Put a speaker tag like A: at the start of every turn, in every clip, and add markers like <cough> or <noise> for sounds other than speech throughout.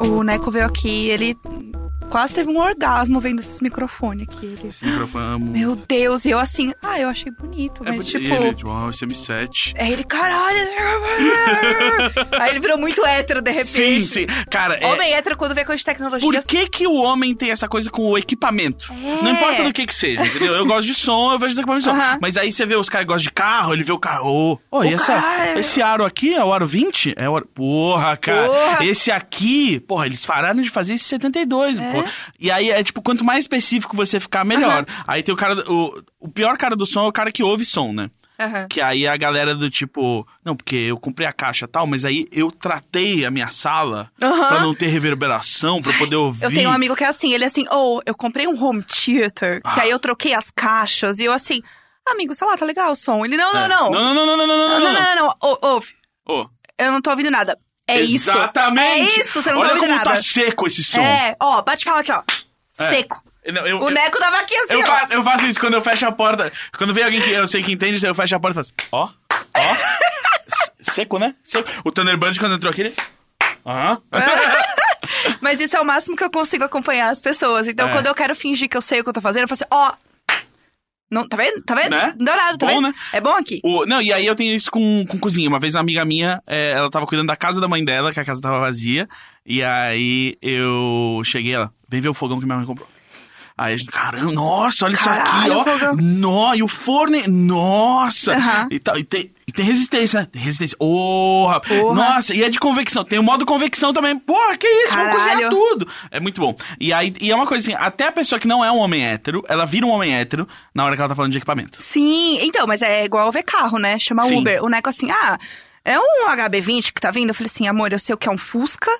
A: O Neco veio aqui, ele quase teve um orgasmo vendo esses microfones aqui. Ele...
B: Esse microfone é muito-
A: Meu Deus, e eu assim, ah, eu achei bonito,
B: é
A: mas
B: bonito.
A: tipo.
B: E ele, tipo, ah, esse M7.
A: É ele, caralho!
B: <laughs>
A: esse- Aí ele virou muito hétero de
B: Sim,
A: repente.
B: sim. Cara, é,
A: é Homem hétero quando vê coisa de tecnologia.
B: Por que, que o homem tem essa coisa com o equipamento?
A: É.
B: Não importa do que que seja, entendeu? Eu gosto de som, eu vejo os equipamentos de som.
A: Aham.
B: Mas aí você vê os caras que gostam de carro, ele vê o carro. Ô, e
A: O
B: essa-
A: caralho.
B: esse aro aqui é o aro 20? É o aro... Porra, cara.
A: Porra.
B: Esse aqui, porra, eles pararam de fazer isso em 72, pô. E aí é tipo, quanto mais específico você ficar, melhor. Aí tem o cara... do- O, o pior cara do som é o cara que ouve som, né?
A: Aham.
B: Que aí a galera do tipo, não, porque eu comprei a caixa e tal, mas aí eu tratei a minha sala
A: Aham.
B: pra não ter reverberação, pra eu poder ouvir.
A: Eu tenho um amigo que é assim, ele é assim, ou eu comprei um home theater,
B: Ah.
A: que aí eu troquei as caixas, e eu assim, amigo, sei lá, tá legal o som. Ele, não, não, não.
B: É. Não, não, não, não, não, não, não, não, não.
A: não, não. Ou- ouve,
B: Ô,
A: eu não tô ouvindo nada. É isso.
B: Exatamente.
A: É isso, você não
B: Olha
A: tá ouvindo
B: como
A: nada.
B: tá seco esse som.
A: É, ó, bate palma aqui, ó.
B: É.
A: Seco.
B: Não, eu,
A: O Neco tava aqui assim,
B: eu, eu,
A: ó.
B: faço, eu faço isso quando eu fecho a porta. Quando vem alguém que eu sei que entende, eu fecho a porta e faço, ó,
A: <laughs>
B: ó. Se- seco, né? Seco. O Thunderbird, quando entrou aqui, ele... Aham.
A: Mas isso é o máximo que eu consigo acompanhar as pessoas. Então,
B: É.
A: quando eu quero fingir que eu sei o que eu tô fazendo, eu faço assim, ó. Não, tá vendo? Tá vendo?
B: Né?
A: Não deu nada, tá
B: Bom,
A: vendo?
B: né?
A: É bom aqui.
B: O- não, e aí eu tenho isso com, com cozinha. Uma vez uma amiga minha, é, ela tava cuidando da casa da mãe dela, que a casa tava vazia. E aí eu cheguei, ela, vem ver o fogão que minha mãe comprou. Aí a gente, caramba, nossa, olha
A: Caralho, o
B: isso aqui, ó.
A: fogão.
B: No, e o forno, nossa.
A: Aham.
B: E, tal, e, tem, e tem resistência, né? Tem resistência. Oh, rapaz.
A: Porra.
B: Nossa, e é de convecção. Tem o modo convecção também. Porra, que isso, vamos cozinhar
A: Caralho.
B: tudo. É muito bom. E aí, e é uma coisa assim, até a pessoa que não é um homem hétero, ela vira um homem hétero na hora que ela tá falando de equipamento.
A: Sim, então, mas é igual ver carro, né? Chama
B: Sim.
A: Uber. O Neco assim, ah, é um HB20 que tá vindo? Eu falei assim, amor, eu sei o que é um
B: <laughs>
A: Fusca.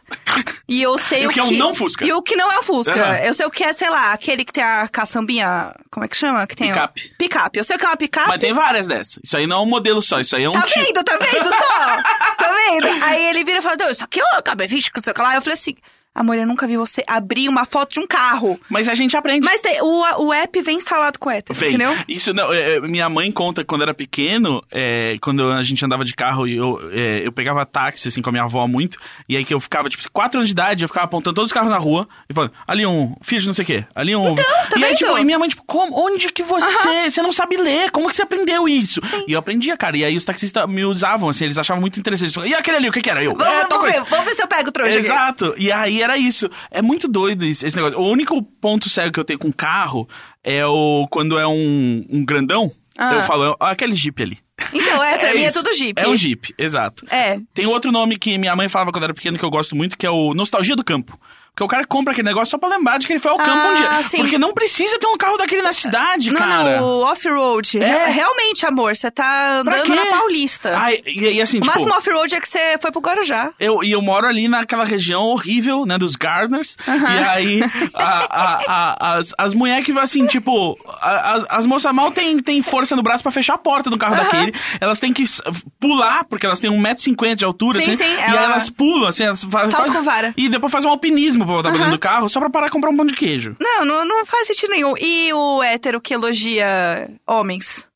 A: e eu sei
B: E o
A: o
B: que é um não Fusca.
A: E o que não é um Fusca.
B: Aham.
A: Eu sei o que é, sei lá, aquele que tem a caçambinha. Como é que chama? Que tem o-
B: Picape.
A: Picape. Eu sei o que é uma picape.
B: Mas tem várias dessas. Isso aí não é um modelo só, isso aí é um
A: Tá
B: tipo.
A: vendo, tá vendo só? tá vendo? Aí ele vira e fala, Deus, isso aqui é um HB20, que não sei o que lá. Eu falei assim, amor, eu nunca vi você abrir uma foto de um carro.
B: Mas a gente aprende.
A: Mas tem- o, o app vem instalado com hétero,
B: Vem.
A: entendeu?
B: Isso não, é, é, minha mãe conta quando era pequeno, é, quando a gente andava de carro e eu, é, eu pegava táxi assim com a minha avó muito, e aí que eu ficava, tipo, 4 anos de idade, eu ficava apontando todos os carros na rua e falando, ali um Fiat não sei o quê, ali um. e aí,
A: Então, tá vendo?
B: tipo, e minha mãe, tipo, como, onde que você. Você não sabe ler, como que você aprendeu isso? E eu aprendia, cara. E aí os taxistas me usavam, assim, eles achavam muito interessante. E aquele ali, o que que era? Eu.
A: Vamos,
B: "É, tal
A: vamos
B: coisa."
A: ver, vamos ver se eu pego o trouxa aqui.
B: Exato. E aí era isso. É muito doido isso- esse negócio. O único ponto cego que eu tenho com carro é o quando é um, um grandão.
A: Ah.
B: Eu falo, "Ó, aquele Jeep ali.
A: Então, é, pra mim
B: isso.
A: é tudo Jeep.
B: É um Jeep, exato.
A: É.
B: Tem outro nome que minha mãe falava quando era pequeno que eu gosto muito, que é o Nostalgia do Campo. Porque o cara compra aquele negócio só pra lembrar de que ele foi ao campo um dia.
A: Ah, sim.
B: Porque não precisa ter um carro daquele na cidade,
A: Não,
B: cara.
A: não, o off-road.
B: É.
A: Realmente, amor, você tá
B: Pra
A: andando
B: quê?
A: na Paulista.
B: Ai, e, e assim,
A: o
B: tipo...
A: máximo off-road é que você foi pro Guarujá.
B: Eu, e eu moro ali naquela região horrível, né, dos gardeners. E aí, a- a- a- as, as mulheres que, assim, tipo... a- as, as moças mal têm tem força no braço pra fechar a porta do carro daquele. Elas têm que s- pular, porque elas têm 1,50m de altura,
A: Sim,
B: assim.
A: sim,
B: e
A: ela-
B: aí elas pulam, assim, elas fazem...
A: Salto
B: quase-
A: com vara.
B: <laughs> E depois fazem um alpinismo pra voltar pra dentro do carro, só pra parar e comprar um pão de queijo.
A: Não, não, não faz sentido nenhum. E o hétero que elogia homens?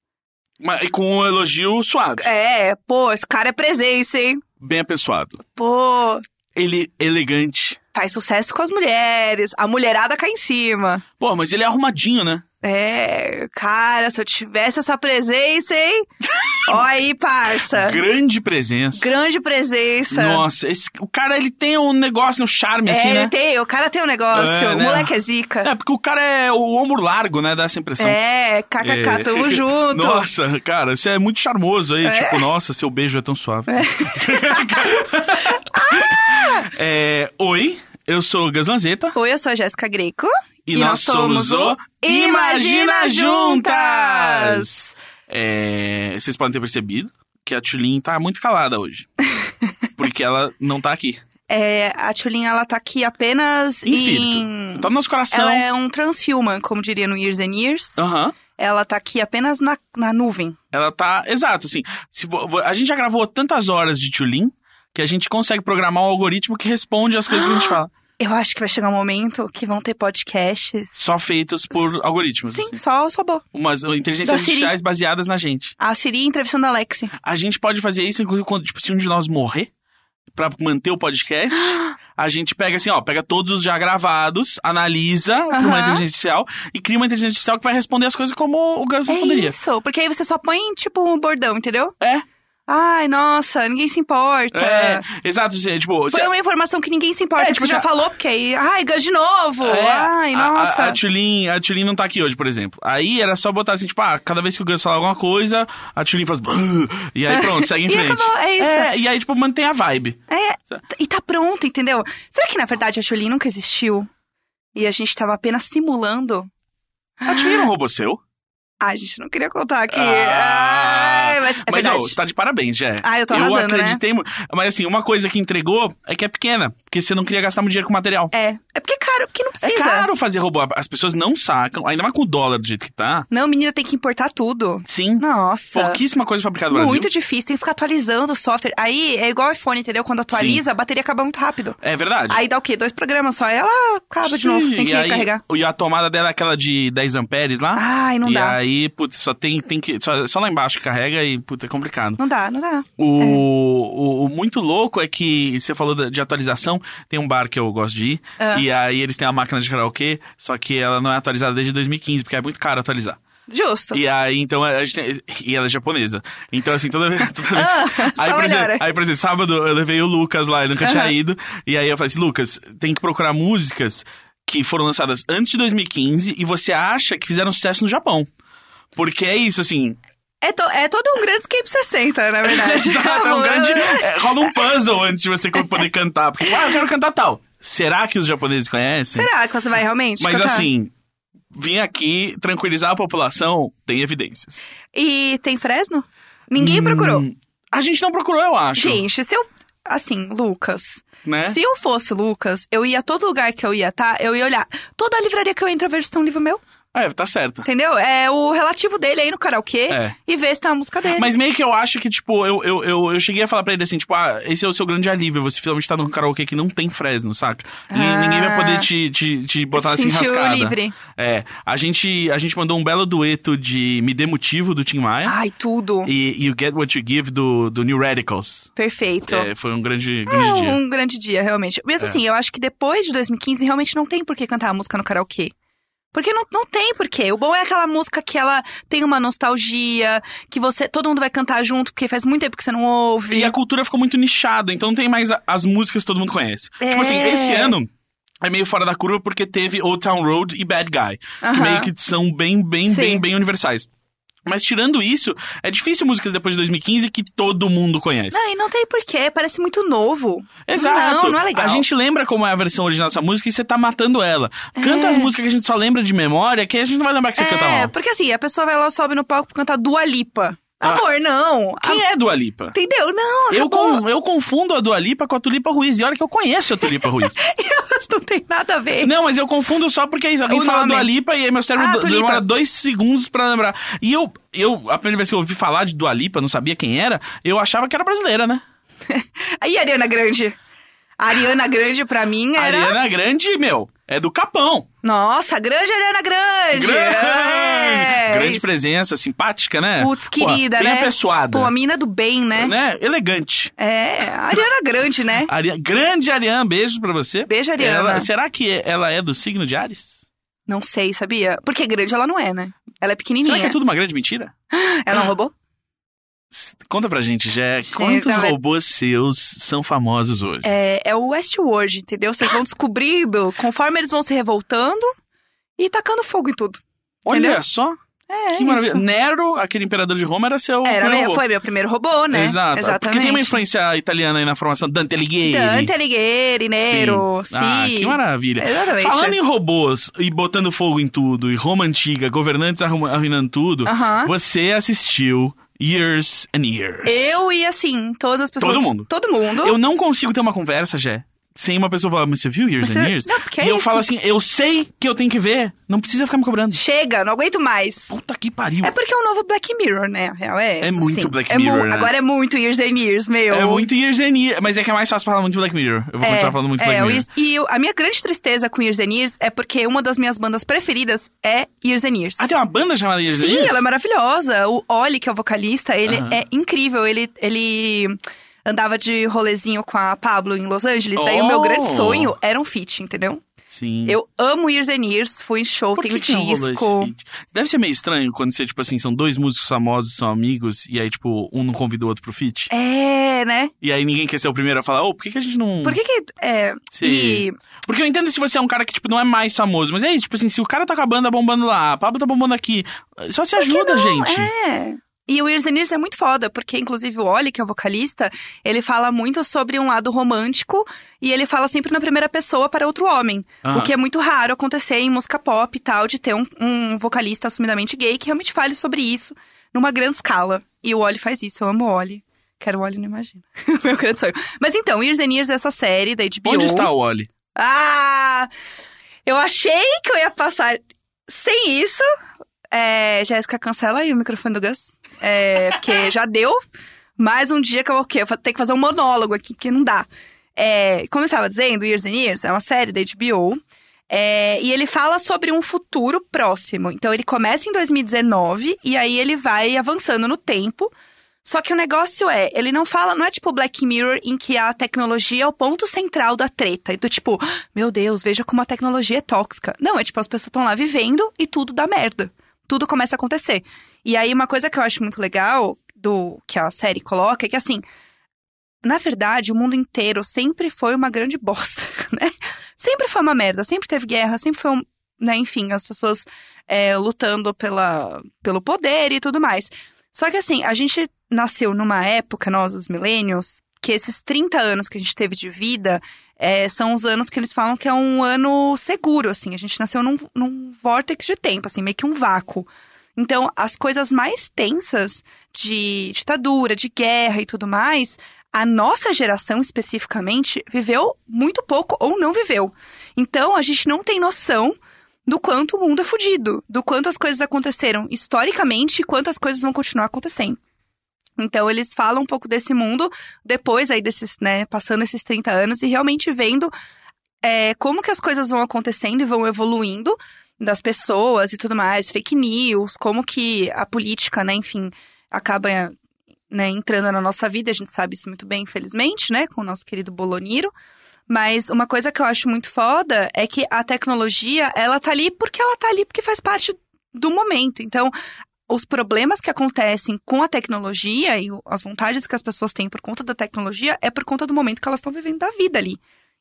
B: Mas, e com um elogio suave,
A: É, pô, esse cara é presença, hein?
B: bem apessoado.
A: Pô,
B: Ele elegante.
A: faz sucesso com as mulheres. A mulherada cai em cima.
B: Pô, mas ele é arrumadinho, né?
A: É, cara, se eu tivesse essa presença,
B: <laughs>
A: hein? Ó aí, parça.
B: Grande presença.
A: Grande presença.
B: Nossa, esse- o cara ele tem um negócio, um charme,
A: É,
B: assim,
A: ele
B: né?
A: tem, o cara tem um negócio.
B: É,
A: o
B: né?
A: moleque é zica.
B: É, porque o cara é o ombro largo, né? Dá essa impressão.
A: É, kkk,
B: É. <laughs>
A: tamo junto.
B: Nossa, cara, você é muito charmoso aí. Tipo, nossa, seu beijo é tão suave. <laughs> É, oi, eu sou o Gus Lanzetta.
A: Oi, eu sou a Jéssica Greco.
B: E nós somos o Imagina Juntas! É, vocês podem ter percebido que a Tulin tá muito calada hoje. Porque ela não tá aqui.
A: É, a Tchulin, ela tá aqui apenas
B: Em espírito.
A: em-
B: Tá no nosso coração.
A: Ela é um transhuman, como diria no Years and Years.
B: Aham.
A: Ela tá aqui apenas na, na nuvem.
B: Ela tá. Exato, assim. Se, vo- vo- a gente
A: <gasps>
B: já gravou tantas horas de Tulin que a gente consegue programar um algoritmo que responde as coisas que a gente fala.
A: Eu acho que vai chegar um momento que vão ter podcasts.
B: Só feitos por algoritmos.
A: Sim,
B: assim.
A: só só robô.
B: Umas uh, inteligências
A: Da Siri.
B: artificiais baseadas na gente.
A: A Siri entrevistando a Alex.
B: A gente pode fazer isso, inclusive, quando, tipo, se um de nós morrer, pra manter o podcast,
A: <gasps>
B: a gente pega assim, ó, pega todos os já gravados, analisa pra uma
A: Aham.
B: inteligência artificial e cria uma inteligência artificial que vai responder as coisas como o Gus
A: É
B: responderia.
A: isso, porque aí você só põe, tipo, um bordão, entendeu?
B: É.
A: Ai, nossa, ninguém se importa.
B: É, exato, assim, tipo, se-
A: Foi uma informação que ninguém se importa,
B: É,
A: que
B: tipo,
A: você já
B: assim,
A: falou, porque aí. Ai, Gus de novo!
B: É,
A: Ai,
B: a-
A: nossa.
B: A, a, Tulin, a Tulin não tá aqui hoje, por exemplo. Aí era só botar assim, tipo, ah, cada vez que o Gus falar alguma coisa, a Tulin faz. "Bruh", E aí pronto, segue em
A: <laughs> E
B: frente.
A: acabou, é isso.
B: É, e aí, tipo, mantém a vibe.
A: É, e tá pronto, entendeu? Será que na verdade a Julie nunca existiu? E a gente tava apenas simulando?
B: A Tulin não roubou seu.
A: Ah, a gente não queria contar aqui.
B: Ah,
A: Ai, mas é
B: mas
A: verdade.
B: não, você tá de parabéns, Jé.
A: Ah, eu tô arrasando,
B: Eu acreditei muito. Mas assim, uma coisa que entregou é que é pequena, porque você não queria gastar muito dinheiro com material.
A: É. É porque é caro, porque não
B: É
A: precisa.
B: caro fazer robô. As pessoas não sacam, ainda mais com o dólar do jeito que tá.
A: Não, menina, tem que importar tudo.
B: Sim.
A: Nossa.
B: Pouquíssima coisa fabricada no Brasil.
A: Muito difícil, tem que ficar atualizando o software. Aí é igual o iPhone, entendeu? Quando atualiza, a bateria acaba muito rápido.
B: É verdade.
A: Aí dá o quê? Dois programas só. Aí ela acaba de
B: Sim,
A: novo, tem que
B: e aí-
A: recarregar. Ah,
B: E a tomada dela é aquela de 10 amperes lá.
A: Ai, não
B: e
A: dá.
B: aí, putz, só tem, tem que. Só, só lá embaixo que carrega e, putz, é complicado.
A: Não dá, não dá.
B: O, o, o muito louco é que você falou da- de atualização. Tem um bar que eu gosto de ir.
A: Ah.
B: E aí eles têm a máquina de karaokê, só que ela não é atualizada desde 2015, porque é muito caro atualizar.
A: Justo.
B: E aí, então, a gente tem- E ela é japonesa. Então, assim, toda vez. <laughs> Toda vez
A: Ah,
B: aí,
A: só
B: por exemplo,
A: melhora.
B: aí, por exemplo, sábado eu levei o Lucas lá, ele nunca tinha
A: Aham.
B: ido. E aí eu falei assim: Lucas, tem que procurar músicas que foram lançadas antes de 2015 e você acha que fizeram sucesso no Japão. Porque é isso, assim. <laughs>
A: É, to- é todo um grande Escape 60, na verdade.
B: Exato, é um grande. é, rola um puzzle antes de você co- poder cantar. Porque, ah, eu quero cantar tal. Será que os japoneses conhecem?
A: Será que você vai realmente?
B: Mas
A: cantar?
B: assim, vim aqui tranquilizar a população, tem evidências.
A: E tem Fresno? Ninguém procurou.
B: Hum, A gente não procurou, eu acho.
A: Gente, se eu. Assim, Lucas.
B: Né?
A: Se eu fosse Lucas, eu ia a todo lugar que eu ia, tá? Eu ia olhar. Toda livraria que eu entro, eu vejo se tem um livro meu.
B: É, tá certo.
A: Entendeu? É o relativo dele aí no karaokê
B: É.
A: e ver se tá a música dele.
B: Mas meio que eu acho que, tipo, eu, eu, eu, eu cheguei a falar pra ele assim, tipo, ah, esse é o seu grande alívio, você finalmente tá num karaokê que não tem Fresno, saca? E
A: Ah.
B: ninguém vai poder te, te, te botar assim
A: Sentiu
B: rascada.
A: livre.
B: É, a gente, a gente mandou um belo dueto de Me Dê Motivo, do Tim Maia,
A: Ai, tudo.
B: É? e, e o Get What You Give, do, do New Radicals.
A: Perfeito.
B: É, foi um grande,
A: É
B: grande dia. É.
A: um grande dia, realmente. Mas assim, eu acho que depois de 2015, realmente não tem por que cantar a música no karaokê. Porque não, não tem porquê. O bom é aquela música que ela tem uma nostalgia, que você todo mundo vai cantar junto, porque faz muito tempo que você não ouve.
B: E a cultura ficou muito nichada, então não tem mais a- as músicas que todo mundo conhece. Tipo assim,
A: É.
B: esse ano é meio fora da curva porque teve Old Town Road e Bad Guy. Que
A: Aham.
B: meio que são bem, bem,
A: Sim.
B: bem, bem universais. Mas tirando isso, é difícil músicas depois de 2015 que todo mundo conhece.
A: Não, e não tem porquê, parece muito novo.
B: Exato.
A: Não, não é legal.
B: A gente lembra como é a versão original dessa música e você tá matando ela. Canta as músicas que a gente só lembra de memória, que a gente não vai lembrar que você canta
A: é,
B: mal.
A: porque assim, a pessoa vai lá, sobe no palco pra cantar Dua Lipa.
B: Ah.
A: Amor, não.
B: Quem
A: Ah,
B: é Dua Lipa?
A: Entendeu? Não,
B: Eu,
A: acabou.
B: con- eu confundo a Dua Lipa com a Tulipa Ruiz, e olha que eu conheço a Tulipa Ruiz.
A: <laughs> Elas não tem nada a ver.
B: Não, mas eu confundo só porque é isso. Alguém
A: O
B: fala
A: nome.
B: Dua Lipa e aí meu cérebro
A: Ah,
B: do-
A: Dua Lipa.
B: demora dois segundos pra lembrar. E eu, eu, a primeira vez que eu ouvi falar de Dua Lipa, não sabia quem era, eu achava que era brasileira, né?
A: E a Ariana Grande? A Ariana Grande, pra mim,
B: A
A: era.
B: Ariana Grande, meu, é do Capão.
A: Nossa, grande Ariana Grande! É,
B: <laughs> Grande
A: isso.
B: presença, simpática, né?
A: Putz, querida,
B: Pô,
A: né?
B: Bem apessoada.
A: Pô, a mina do bem, né?
B: né? Elegante.
A: É, a Ariana Grande, né?
B: Ari... Grande Ariane, beijo pra você.
A: Beijo, Ariana.
B: Ela- Será que ela é do signo de Ares?
A: Não sei, sabia? Porque grande ela não é, né? Ela é pequenininha.
B: Será que é tudo uma grande mentira?
A: Ela é um robô?
B: S- Conta pra gente, Jé,
A: Chega,
B: quantos
A: vai.
B: robôs seus são famosos hoje?
A: É, é o Westworld, entendeu? Vocês vão descobrindo conforme eles vão se revoltando e tacando fogo em tudo.
B: Olha
A: Entendeu?
B: só,
A: É,
B: que
A: é
B: maravilha.
A: isso.
B: Nero, aquele imperador de Roma, era seu
A: Era,
B: primeiro
A: né?
B: robô.
A: Foi meu primeiro robô, né?
B: Exato.
A: Exatamente.
B: Porque tem uma influência italiana aí na formação Dante Alighieri.
A: Dante Alighieri, Nero, sim. É,
B: Ah, que maravilha.
A: Exatamente.
B: Falando em robôs e botando fogo em tudo, e Roma antiga, governantes arrum- arruinando tudo,
A: Aham.
B: você assistiu Years and Years.
A: Eu e assim, todas as pessoas.
B: Todo mundo.
A: Todo mundo.
B: Eu não consigo ter uma conversa, Jé, sem uma pessoa falar, mas você viu Years
A: Você-
B: and Years?
A: Não, porque é
B: e eu
A: isso.
B: falo assim, eu sei que eu tenho que ver, não precisa ficar me cobrando.
A: Chega, não aguento mais.
B: Puta que pariu.
A: É porque é um novo Black Mirror, né? A real é essa,
B: É muito
A: assim.
B: Black
A: É mu-
B: Mirror, né?
A: Agora é muito Years and Years, meu.
B: É muito Years and Years, mas é que é mais fácil falar muito Black Mirror. Eu vou continuar tá falando muito
A: é,
B: Black
A: o
B: Mirror.
A: Years- E eu- a minha grande tristeza com Years and Years é porque uma das minhas bandas preferidas é Years and Years.
B: Ah, tem uma banda chamada Years and
A: Sim,
B: Years?
A: ela é maravilhosa. O Oli, que é o vocalista, ele
B: Aham.
A: é incrível. Ele, ele andava de rolezinho com a Pablo em Los Angeles. Daí o meu
B: Oh!
A: grande sonho era um feat, entendeu?
B: Sim.
A: Eu amo Years and Years, fui em show,
B: Por
A: tenho
B: que que não rolou
A: disco.
B: esse feat? Deve ser meio estranho quando você, tipo assim, são dois músicos famosos, são amigos, e aí, tipo, um não convida o outro pro feat.
A: É, né?
B: E aí ninguém quer ser o primeiro a falar, ô, por que, que a gente não.
A: Por que que... É,
B: Sim.
A: e-
B: Porque eu entendo se você é um cara que, tipo, não é mais famoso, mas é isso, tipo assim, se o cara tá com a banda bombando lá, a Pablo tá bombando aqui, só se ajuda, gente.
A: É. E o Years and Years é muito foda, porque inclusive o Oli, que é o vocalista, ele fala muito sobre um lado romântico e ele fala sempre na primeira pessoa para outro homem.
B: Aham.
A: O que é muito raro acontecer em música pop e tal, de ter um, um vocalista assumidamente gay que realmente fale sobre isso numa grande escala. E o Oli faz isso, eu amo o Oli. Quero o Oli, não imagino. <laughs> Meu grande sonho. Mas então, Years and Years é essa série da HBO.
B: Onde está o Oli?
A: Ah! Eu achei que eu ia passar sem isso. É, Jéssica, cancela aí o microfone do Gus. É, porque já deu. Mais um dia que eu, o quê? eu vou ter que fazer um monólogo aqui, que não dá. É, como eu estava dizendo, Years and Years é uma série da HBO. é, e ele fala sobre um futuro próximo. Então ele começa em 2019 e aí ele vai avançando no tempo. Só que o negócio é, ele não fala, não é tipo Black Mirror em que a tecnologia é o ponto central da treta. E do tipo, meu Deus, veja como a tecnologia é tóxica. Não, é tipo, as pessoas estão lá vivendo e tudo dá merda. Tudo começa a acontecer. E aí, uma coisa que eu acho muito legal do que a série coloca é que assim. Na verdade, o mundo inteiro sempre foi uma grande bosta, <laughs> né? Sempre foi uma merda, sempre teve guerra, sempre foi um. Né? Enfim, as pessoas é, lutando pela, pelo poder e tudo mais. Só que assim, a gente nasceu numa época, nós, os millennials, que esses 30 anos que a gente teve de vida é, são os anos que eles falam que é um ano seguro, assim. A gente nasceu num, num vórtex de tempo, assim, meio que um vácuo. Então, as coisas mais tensas de ditadura, de guerra e tudo mais, a nossa geração especificamente viveu muito pouco ou não viveu. Então, a gente não tem noção do quanto o mundo é fudido, do quanto as coisas aconteceram historicamente e quantas coisas vão continuar acontecendo. Então eles falam um pouco desse mundo depois aí desses, né, passando esses 30 anos e realmente vendo é, como que as coisas vão acontecendo e vão evoluindo das pessoas e tudo mais, fake news, como que a política, né, enfim, acaba né, entrando na nossa vida, a gente sabe isso muito bem, infelizmente, né, com o nosso querido Boloniro. Mas uma coisa que eu acho muito foda é que a tecnologia, ela tá ali porque ela tá ali porque faz parte do momento. Então, os problemas que acontecem com a tecnologia e o- as vontades que as pessoas têm por conta da tecnologia é por conta do momento que elas estão vivendo da vida ali.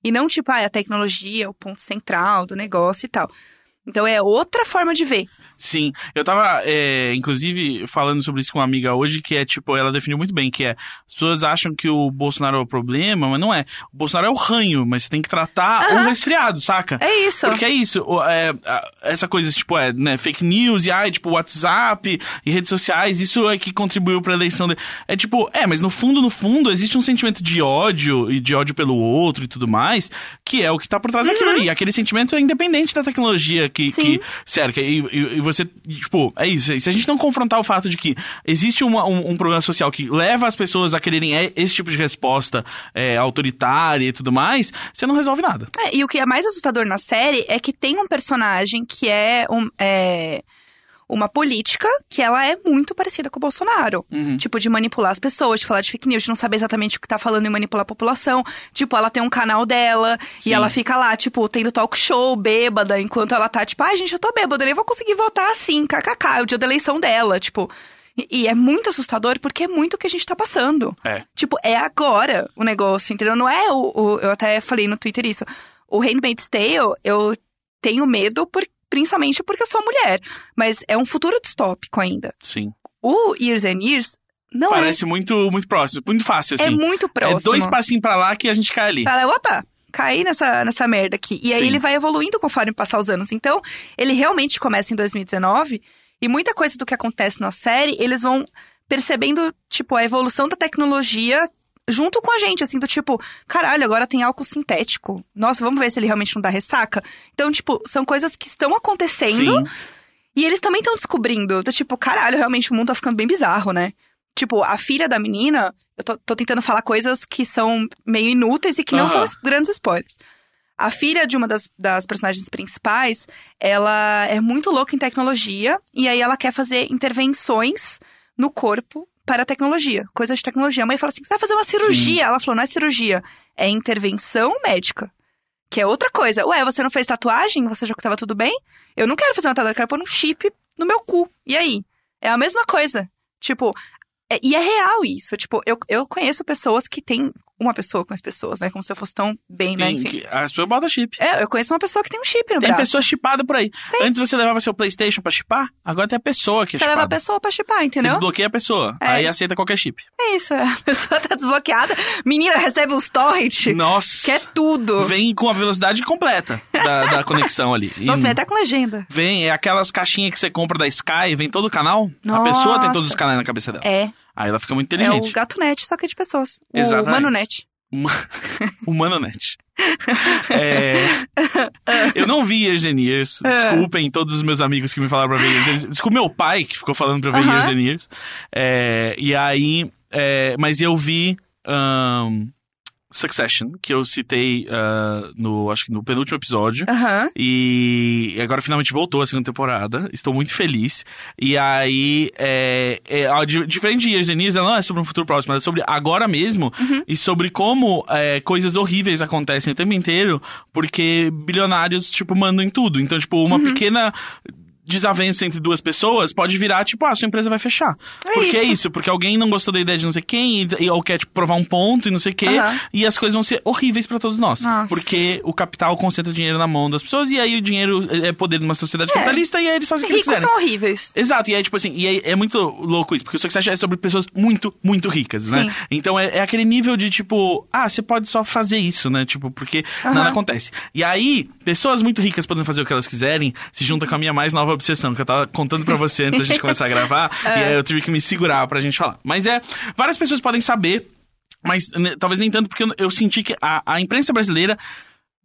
A: E não tipo, ah, é a tecnologia, é o ponto central do negócio e tal. Então é outra forma de ver.
B: Sim, eu tava, é, inclusive, falando sobre isso com uma amiga hoje, que é tipo, ela definiu muito bem, que é, as pessoas acham que o Bolsonaro é o problema, mas não é. O Bolsonaro é o ranho, mas você tem que tratar o resfriado, saca?
A: É isso.
B: Porque é isso, o- é, a- essa coisa, tipo, é, né, fake news e, ai, tipo, WhatsApp e redes sociais, isso é que contribuiu pra eleição dele. É tipo, é, mas no fundo, no fundo, existe um sentimento de ódio e de ódio pelo outro e tudo mais, que é o que tá por trás daquilo ali. Aquele sentimento é independente da tecnologia que,
A: Sim.
B: que cerca. E, e- e você, tipo, é isso. Se a gente não confrontar o fato de que existe uma- um, um problema social que leva as pessoas a quererem é, esse tipo de resposta é, autoritária e tudo mais, você não resolve nada.
A: É, e o que é mais assustador na série é que tem um personagem que é, um- é, uma política que ela é muito parecida com o Bolsonaro.
B: Uhum.
A: Tipo, de manipular as pessoas, de falar de fake news, de não saber exatamente o que tá falando e manipular a população. Tipo, ela tem um canal dela
B: Sim.
A: e ela fica lá, tipo, tendo talk show, bêbada, enquanto ela tá, tipo, ai, gente, eu tô bêbada, eu nem vou conseguir votar assim, kkk, é o dia da eleição dela, tipo. E, e é muito assustador porque é muito o que a gente tá passando.
B: É.
A: Tipo, é agora o negócio, entendeu? Não é o, o- Eu até falei no Twitter isso. O Handmaid's Tale, eu tenho medo, por- principalmente porque eu sou mulher. Mas é um futuro distópico ainda.
B: Sim.
A: O Years and Years não é.
B: Parece muito, muito próximo, muito fácil, assim.
A: É muito próximo. Tá
B: É dois passinhos pra lá que a gente cai ali.
A: Fala, opa, caí nessa, nessa merda aqui. E aí
B: Sim.
A: ele vai evoluindo conforme passar os anos. Então, ele realmente começa em 2019 e muita coisa do que acontece na série, eles vão percebendo, tipo, a evolução da tecnologia junto com a gente, assim, do tipo, caralho, agora tem álcool sintético. Nossa, vamos ver se ele realmente não dá ressaca. Então, tipo, são coisas que estão acontecendo
B: Sim.
A: e eles também estão descobrindo. Então, tipo, caralho, realmente o mundo tá ficando bem bizarro, né? Tipo, a filha da menina, eu tô, tô tentando falar coisas que são meio inúteis e que não
B: Aham.
A: são es- grandes spoilers. A filha de uma das, das personagens principais, ela é muito louca em tecnologia e aí ela quer fazer intervenções no corpo para a tecnologia, coisas de tecnologia. A mãe fala assim: você vai fazer uma cirurgia? Ela falou: não é cirurgia, é intervenção médica. Que é outra coisa. Ué, você não fez tatuagem? Você achou que tava tudo bem? Eu não quero fazer uma tatuagem, eu quero pôr um chip no meu cu. E aí? É a mesma coisa. Tipo, é- e é real isso. Tipo, eu, eu conheço pessoas que têm. Uma pessoa com as pessoas, né? Como se eu fosse tão bem, né?
B: Tem
A: Enfim.
B: que- as pessoas botam chip.
A: É, eu conheço uma pessoa que tem um chip no
B: Tem
A: braço.
B: pessoa chipada por aí. Antes você levava seu Playstation pra chipar, agora tem a pessoa que é
A: Você leva a
B: chipada.
A: pessoa pra chipar,
B: Você
A: entendeu?
B: desbloqueia a pessoa,
A: É.
B: aí aceita qualquer chip.
A: É isso, <laughs> a pessoa tá desbloqueada. Menina, recebe uns torrent,
B: Nossa.
A: que é tudo.
B: Vem com a velocidade completa da,
A: <laughs>
B: da conexão ali. E
A: Nossa, é vem até com legenda.
B: Vem, é aquelas caixinhas que você compra da Sky, vem todo o canal. A
A: Nossa.
B: pessoa tem todos os canais na cabeça dela.
A: É,
B: Aí ela fica muito
A: é o
B: inteligente.
A: gato net, só que de pessoas.
B: Exatamente.
A: O mano net.
B: Humanonet. É... Eu não vi Years and Years. Desculpem todos os meus amigos que me falaram pra ver Years and Years. Desculpa meu pai que ficou falando pra ver
A: Aham.
B: Years and Years. É, E aí... é, Mas eu vi... ahn, Succession, que eu citei ah, no, acho que no penúltimo episódio.
A: Aham.
B: E agora finalmente voltou a segunda temporada. Estou muito feliz. E aí, é, é, ó, di- diferente de Years and Years, ela não é sobre um futuro próximo, ela é sobre agora mesmo
A: Uhum.
B: e sobre como é, coisas horríveis acontecem o tempo inteiro porque bilionários, tipo, mandam em tudo. Então, tipo,
A: Uhum.
B: uma pequena desavença entre duas pessoas pode virar, tipo, ah, sua empresa vai fechar.
A: É
B: porque é
A: isso.
B: isso, porque alguém não gostou da ideia de não sei quem, e- e, ou quer, tipo, provar um ponto e não sei o quê,
A: Aham.
B: e as coisas vão ser horríveis pra todos nós.
A: Nossa.
B: Porque o capital concentra dinheiro na mão das pessoas e aí o dinheiro é poder numa sociedade capitalista e aí eles fazem o que eles
A: Ricos
B: quiserem.
A: são horríveis.
B: Exato, e é tipo assim, e é, é muito louco isso, porque o Succession é sobre pessoas muito, muito ricas, né?
A: Sim.
B: Então é, é aquele nível de tipo, ah, você pode só fazer isso, né? Tipo, porque nada acontece. E aí, pessoas muito ricas podendo fazer o que elas quiserem, se junta com a minha mais nova obsessão, que eu tava contando pra você antes
A: <laughs>
B: da gente começar a gravar,
A: É.
B: e aí eu tive que me segurar pra gente falar. Mas é, várias pessoas podem saber, mas né, talvez nem tanto, porque eu, eu senti que a, a imprensa brasileira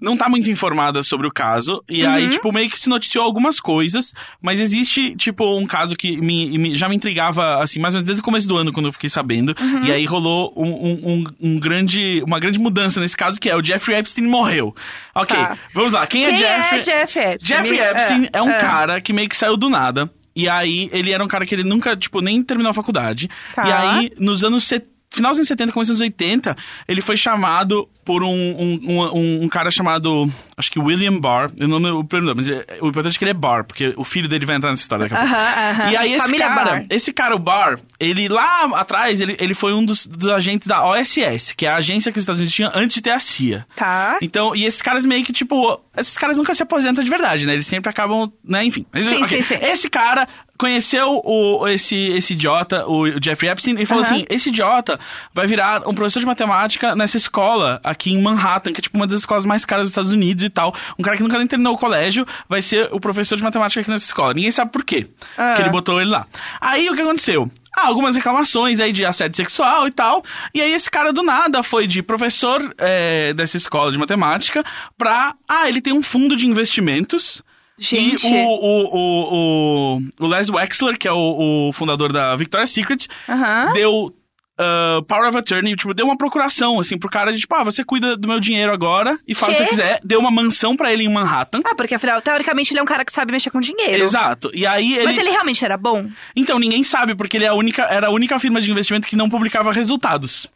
B: não tá muito informada sobre o caso. E aí, tipo, meio que se noticiou algumas coisas. Mas existe, tipo, um caso que me, me- já me intrigava, assim, mais ou menos desde o começo do ano, quando eu fiquei sabendo. E aí rolou um, um- um- um grande, uma grande mudança nesse caso, que é o Jeffrey Epstein morreu. Ok,
A: Tá.
B: vamos lá. Quem, é
A: Quem
B: Jeffrey?
A: é Jeff Epstein?
B: Jeffrey
A: É,
B: Epstein é, um
A: é.
B: cara que meio que saiu do nada. E aí, ele era um cara que ele nunca, tipo, nem terminou a faculdade.
A: Tá.
B: E aí, nos anos 70. Final dos anos 70, começo dos anos 80, ele foi chamado por um, um, um- um- um cara chamado, acho que William Barr. Eu não lembro o primeiro nome, mas é- o importante é que ele é Barr, porque o filho dele vai entrar nessa história daqui a pouco.
A: Aham, aham.
B: E aí esse
A: Família
B: cara,
A: Barr.
B: esse cara, o Barr, ele lá atrás, ele, ele foi um dos, dos agentes da OSS, que é a agência que os Estados Unidos tinham antes de ter a CIA.
A: Tá.
B: Então, e esses caras meio que, tipo, esses caras nunca se aposentam de verdade, né? Eles sempre acabam, né? Enfim. Mas,
A: Sim,
B: ok.
A: sim, sim.
B: Esse cara conheceu o, esse, esse idiota, o Jeffrey Epstein, e falou
A: Aham.
B: assim: esse idiota vai virar um professor de matemática nessa escola aqui em Manhattan, que é tipo uma das escolas mais caras dos Estados Unidos e tal. Um cara que nunca nem terminou o colégio vai ser o professor de matemática aqui nessa escola. Ninguém sabe por quê
A: Ah.
B: que ele botou ele lá. Aí o que aconteceu? Ah, algumas reclamações aí de assédio sexual e tal. E aí esse cara do nada foi de professor eh, dessa escola de matemática pra. Ah, ele tem um fundo de investimentos.
A: Gente.
B: E o, o, o, o, o Les Wexler, que é o, o fundador da Victoria's Secret,
A: Aham.
B: deu ah, Power of Attorney, tipo, deu uma procuração, assim, pro cara de tipo, ah, você cuida do meu dinheiro agora e faz o que
A: Quê?
B: você quiser. Deu uma mansão pra ele em Manhattan.
A: Ah, porque afinal, teoricamente, ele é um cara que sabe mexer com dinheiro.
B: Exato. E aí
A: Mas ele realmente era bom?
B: Então, ninguém sabe, porque ele é a única, era a única firma de investimento que não publicava resultados.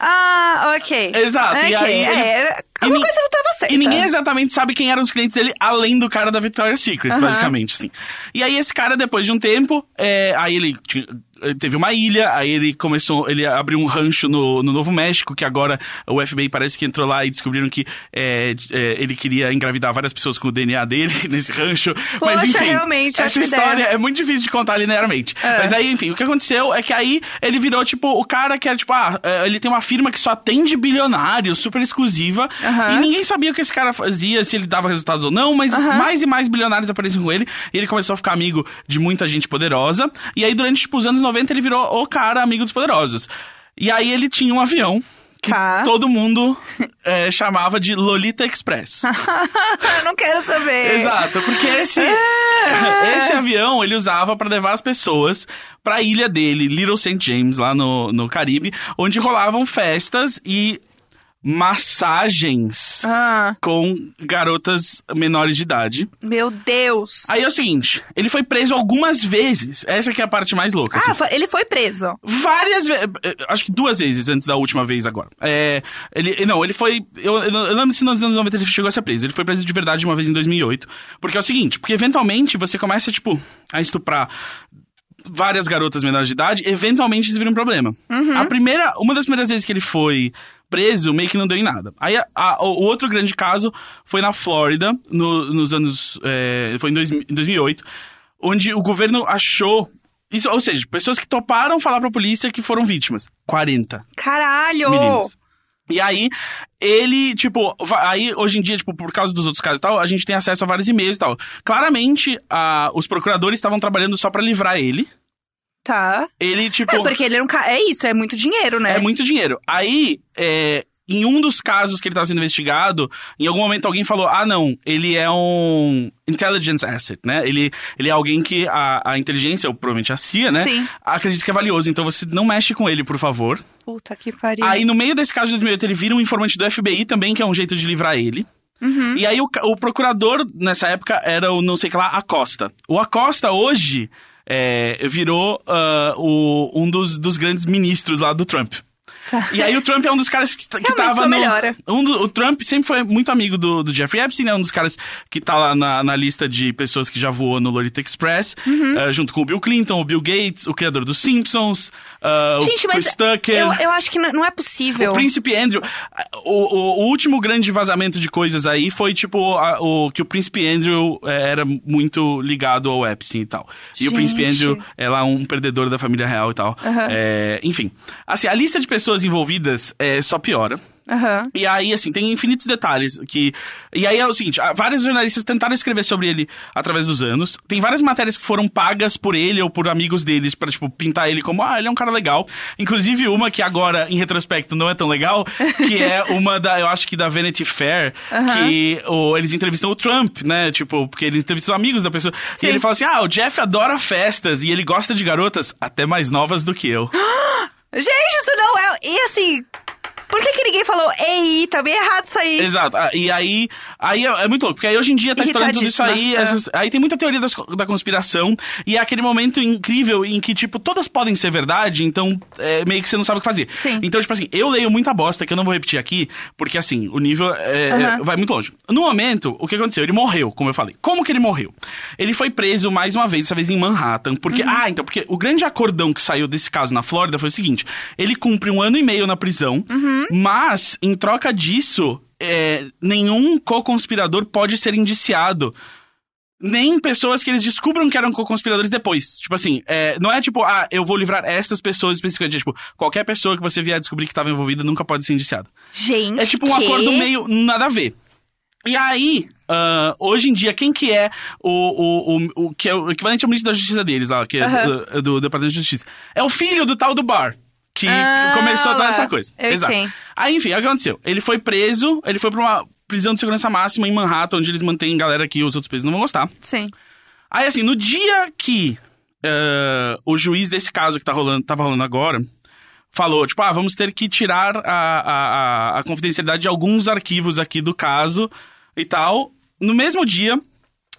A: Ah, ok.
B: Exato,
A: Ok,
B: e aí ele-
A: é, alguma
B: ni-
A: coisa não tava certa.
B: E ninguém exatamente sabe quem eram os clientes dele, além do cara da Victoria's Secret,
A: Aham.
B: basicamente, assim. E aí, esse cara, depois de um tempo, é, aí ele, ti- ele teve uma ilha, aí ele começou, ele abriu um rancho no, no Novo México, que agora o FBI parece que entrou lá e descobriram que é, de- é, ele queria engravidar várias pessoas com o DNA dele <laughs> nesse rancho. Mas,
A: Poxa,
B: enfim,
A: realmente,
B: essa
A: ótima ideia.
B: história é muito difícil de contar linearmente.
A: É.
B: Mas aí, enfim, o que aconteceu é que aí ele virou, tipo, o cara que era, tipo, ah, é, ele tem uma firma que só atende bilionários, super exclusiva.
A: Aham.
B: E ninguém sabia o que esse cara fazia, se ele dava resultados ou não, mas mais e mais bilionários apareciam com ele. E ele começou a ficar amigo de muita gente poderosa. E aí, durante, tipo, os anos 90, ele virou o cara amigo dos poderosos. E aí ele tinha um avião. que
A: Tá.
B: todo mundo é, chamava de
A: <laughs>
B: Lolita Express.
A: Eu não quero saber.
B: Exato, porque esse, esse avião ele usava pra levar as pessoas pra ilha dele, Little St. James, lá no, no Caribe, onde rolavam festas e massagens
A: Ah,
B: com garotas menores de idade.
A: meu Deus.
B: Aí é o seguinte, ele foi preso algumas vezes. Essa que é a parte mais louca. assim.
A: Ah, fa- ele foi preso.
B: Várias vezes. Acho que duas vezes antes da última vez agora. É, ele, não, ele foi. Eu, eu não eu lembro se nos anos 90 ele chegou a ser preso. Ele foi preso de verdade uma vez em 2008. Porque é o seguinte: porque eventualmente você começa, tipo, a estuprar várias garotas menores de idade, eventualmente isso vira um problema. A primeira, uma das primeiras vezes que ele foi preso, meio que não deu em nada. Aí a- a- o outro grande caso foi na Flórida, no- nos anos. é, foi em, dois, em 2008, onde o governo achou. Isso, ou seja, pessoas que toparam falar pra polícia que foram vítimas. 40
A: Caralho!
B: meninas. E aí, ele, tipo, va- aí hoje em dia, tipo, por causa dos outros casos e tal, a gente tem acesso a vários e-mails e tal. Claramente, a, os procuradores estavam trabalhando só pra livrar ele.
A: Tá.
B: Ele, tipo.
A: É porque ele era um cara. É isso, é muito dinheiro, né?
B: É muito dinheiro. Aí, é, em um dos casos que ele tava sendo investigado, em algum momento alguém falou: ah, não, ele é um intelligence asset, né? Ele, ele é alguém que a, a inteligência, ou provavelmente a CIA, né?
A: Sim.
B: Acredita que é valioso, então você não mexe com ele, por favor.
A: Puta que pariu.
B: Aí, no meio desse caso de 2008, ele vira um informante do FBI também, que é um jeito de livrar ele.
A: Uhum.
B: E aí, o, ca- o procurador nessa época era o não sei que lá, Acosta. O Acosta hoje é, virou ah, o- um dos, dos grandes ministros lá do Trump. E aí, o Trump é um dos caras que, t- que
A: Tá. Realmente
B: tava.
A: só
B: no-
A: melhora.
B: um do- o Trump sempre foi muito amigo do, do Jeffrey Epstein, né? Um dos caras que tá lá na, na lista de pessoas que já voou no Lolita Express,
A: Uhum.
B: eh, junto com o Bill Clinton, o Bill Gates, o criador dos Simpsons, ah,
A: Gente,
B: o
A: mas.
B: Chris Tucker.
A: Eu, eu acho que n- não é possível.
B: Tipo, O príncipe Andrew. O, o- o último grande vazamento de coisas aí foi, tipo, a- o que o príncipe Andrew é, era muito ligado ao Epstein e tal. E o
A: Gente.
B: príncipe Andrew é lá um perdedor da família real e tal.
A: Aham.
B: É, enfim. Assim, a lista de pessoas envolvidas é, só piora.
A: Aham.
B: E aí, assim, tem infinitos detalhes que... E aí é o seguinte, ah, vários jornalistas tentaram escrever sobre ele através dos anos. Tem várias matérias que foram pagas por ele ou por amigos deles pra, tipo, pintar ele como, ah, ele é um cara legal. Inclusive uma que agora, em retrospecto, não é tão legal, que é uma da, eu acho que da Vanity Fair, que o, eles entrevistam o Trump, né? Tipo, porque eles entrevistam amigos da pessoa.
A: Sim.
B: E ele fala assim, ah, o Jeff adora festas e ele gosta de garotas até mais novas do que eu.
A: Gente, isso não é. E assim. Por que, que ninguém falou, ei, tá bem errado isso aí?
B: Exato. Ah, E aí, aí é, é muito louco, porque aí hoje em dia tá estourando tudo isso aí.
A: Irritadíssima. né?
B: essas- aí tem muita teoria das co- da conspiração. E é aquele momento incrível em que, tipo, todas podem ser verdade, então é, meio que você não sabe o que fazer.
A: Sim.
B: Então, tipo assim, eu leio muita bosta que eu não vou repetir aqui, porque assim, o nível é,
A: Aham.
B: é, vai muito longe. No momento, o que aconteceu? Ele morreu, como eu falei. Como que ele morreu? Ele foi preso mais uma vez, dessa vez em Manhattan, porque. Ah, então, porque o grande acordão que saiu desse caso na Flórida foi o seguinte: ele cumpre um ano e meio na prisão, mas, em troca disso, é, nenhum co-conspirador pode ser indiciado nem pessoas que eles descubram que eram co-conspiradores depois. Tipo assim, é, não é tipo, ah, eu vou livrar estas pessoas especificamente. É, Tipo, qualquer pessoa que você vier a descobrir que estava envolvida nunca pode ser indiciada.
A: Gente.
B: É tipo um
A: que-
B: acordo meio nada a ver. E aí, ah, hoje em dia, quem que é o, o, o, o que é o equivalente ao ministro da justiça deles lá, que é
A: Aham.
B: do, do Departamento de Justiça? É o filho do tal do Bar, que
A: Ah,
B: começou toda
A: lá.
B: essa coisa.
A: Eu
B: Exato.
A: sei.
B: Aí, enfim, é o que aconteceu? Ele foi preso, ele foi pra uma prisão de segurança máxima em Manhattan, onde eles mantêm galera que os outros presos não vão gostar.
A: Sim.
B: Aí, assim, no dia que eh, o juiz desse caso que tá rolando, tava rolando agora falou, tipo, ah, vamos ter que tirar a, a, a- a confidencialidade de alguns arquivos aqui do caso e tal. No mesmo dia,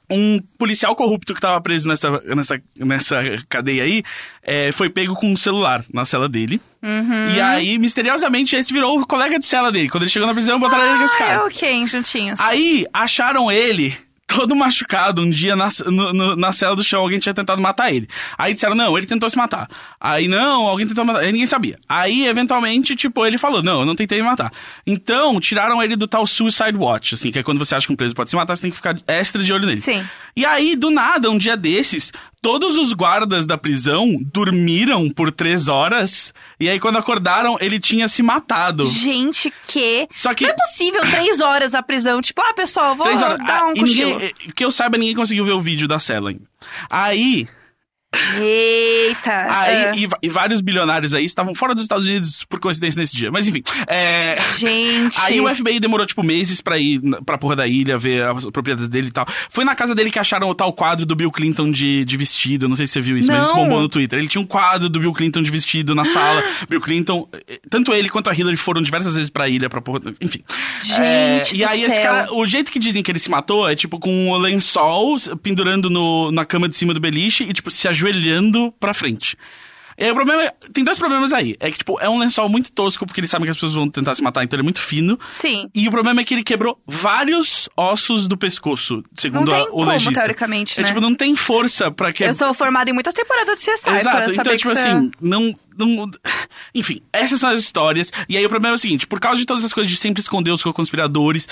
B: um policial corrupto que tava preso nessa, nessa, nessa cadeia aí eh, foi pego com um celular na cela dele.
A: Uhum.
B: E aí, misteriosamente, esse virou o colega de cela dele. Quando ele chegou na prisão, botaram ele com esse cara.
A: Ah, ok, juntinhos.
B: Aí acharam ele todo <laughs> machucado um dia na, no- no- na cela do chão. Alguém tinha tentado matar ele. Aí disseram, não, ele tentou se matar. Aí, não, alguém tentou matar. Aí ninguém sabia. Aí, eventualmente, tipo, ele falou, não, eu não tentei me matar. Então, tiraram ele do tal suicide watch, assim, que é quando você acha que um preso pode se matar, você tem que ficar extra de olho nele.
A: Sim.
B: E aí, do nada, um dia desses, todos os guardas da prisão dormiram por três horas. E aí, quando acordaram, ele tinha se matado.
A: Gente, que.
B: Só que-
A: Não é possível três horas a prisão. Tipo, ah, pessoal, vou
B: Três horas.
A: dar
B: Ah,
A: um
B: e ninguém-
A: cochilo.
B: eh, que eu saiba, ninguém conseguiu ver o vídeo da cela ainda. Aí,
A: Eita!
B: Aí,
A: Ah,
B: e, va- e vários bilionários aí estavam fora dos Estados Unidos por coincidência nesse dia. Mas enfim. é,
A: gente.
B: Aí o FBI demorou, tipo, meses pra ir na- pra porra da ilha, ver as propriedades dele e tal. Foi na casa dele que acharam o tal quadro do Bill Clinton de, de vestido. Não sei se você viu isso, mas
A: Não.
B: isso bombou no Twitter. Ele tinha um quadro do Bill Clinton de vestido na sala. <gasps> Bill Clinton, eh, tanto ele quanto a Hillary foram diversas vezes pra ilha, pra porra. Enfim. Eh,
A: Gente
B: e
A: do
B: aí esse
A: céu.
B: cara. O jeito que dizem que ele se matou é, tipo, com um lençol pendurando no, na cama de cima do beliche e, tipo, se ajoelhando pra frente. E aí, o problema é- tem dois problemas aí. É que, tipo, é um lençol muito tosco, porque ele sabe que as pessoas vão tentar se matar, então ele é muito fino.
A: Sim.
B: E o problema é que ele quebrou vários ossos do pescoço, segundo
A: Não tem
B: a- o
A: como,
B: legista.
A: teoricamente,
B: É,
A: né? É
B: tipo, não tem força pra que... é
A: Eu sou formada em muitas temporadas de CSI pra
B: Exato,
A: saber
B: então,
A: que
B: tipo
A: isso é-
B: assim, não, não. Enfim, essas são as histórias. E aí o problema é o seguinte: por causa de todas as coisas de sempre esconder os co-conspiradores.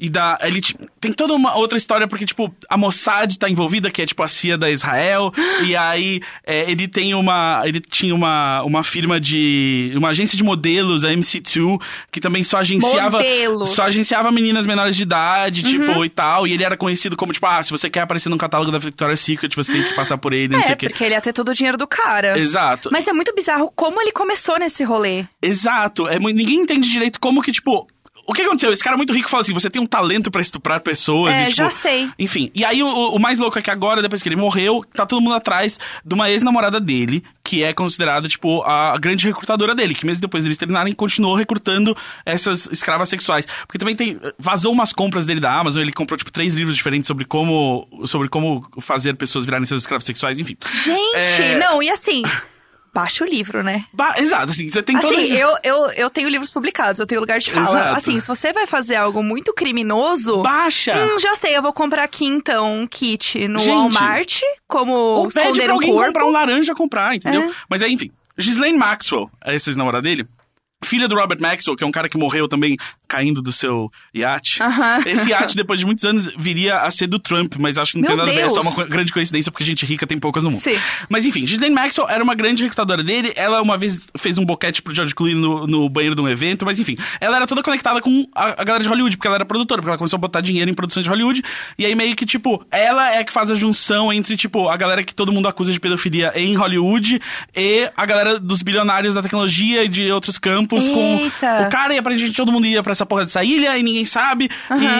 B: E da. Ele, ti- tem toda uma outra história, porque, tipo, a Mossad tá envolvida, que é tipo a CIA da Israel. e aí é, ele tem uma. Ele tinha uma, uma firma de. Uma agência de modelos, a MC2, que também só agenciava.
A: Modelos. Uhum.
B: Só agenciava meninas menores de idade, tipo, e tal. E ele era conhecido como, tipo, ah, se você quer aparecer num catálogo da Victoria's Secret, você tem que passar por ele, não sei
A: É,
B: o quê.
A: porque ele ia ter todo o dinheiro do cara.
B: Exato.
A: Mas é muito bizarro como ele começou nesse rolê.
B: Exato. É, mu- ninguém entende direito como que, tipo. O que aconteceu? Esse cara muito rico fala assim: você tem um talento pra estuprar pessoas.
A: É,
B: e, tipo,
A: já sei.
B: Enfim. E aí, o, o mais louco é que agora, depois que ele morreu, tá todo mundo atrás de uma ex-namorada dele, que é considerada, tipo, a grande recrutadora dele, que mesmo depois deles terminarem, continuou recrutando essas escravas sexuais. Porque também tem. Vazou umas compras dele da Amazon, ele comprou, tipo, três livros diferentes sobre como, sobre como fazer pessoas virarem seus escravos sexuais, enfim.
A: Gente,
B: É.
A: não, e assim, baixa o livro, né?
B: Ba- Exato, assim, você tem todo
A: assim,
B: esse-
A: eu, eu, eu tenho livros publicados, eu tenho lugar de fala.
B: Exato.
A: Assim, se você vai fazer algo muito criminoso.
B: Baixa!
A: Hum, já sei, eu vou comprar aqui então um kit no
B: É. Gente.
A: Walmart, como
B: Ou pede
A: esconder
B: pra
A: um
B: alguém
A: corpo.
B: comprar um laranja comprar, entendeu?
A: É.
B: Mas aí, enfim. Ghislaine Maxwell, essa ex-namorada dele, filha do Robert Maxwell, que é um cara que morreu também caindo do seu iate.
A: Aham.
B: Esse iate, depois de muitos anos, viria a ser do Trump, mas acho que
A: Meu
B: não tem nada a ver, é só
A: Deus.
B: uma co- grande coincidência, porque gente rica tem poucas no mundo.
A: Sim.
B: Mas enfim, Ghislaine Maxwell era uma grande recrutadora dele, ela uma vez fez um boquete pro George Clooney no, no banheiro de um evento, mas enfim, ela era toda conectada com a, a galera de Hollywood, porque ela era produtora, porque ela começou a botar dinheiro em produções de Hollywood, e aí meio que, tipo, ela é que faz a junção entre, tipo, a galera que todo mundo acusa de pedofilia em Hollywood e a galera dos bilionários da tecnologia e de outros campos com
A: Eita.
B: o cara, e aparentemente todo mundo ia pra essa porra dessa ilha e ninguém sabe,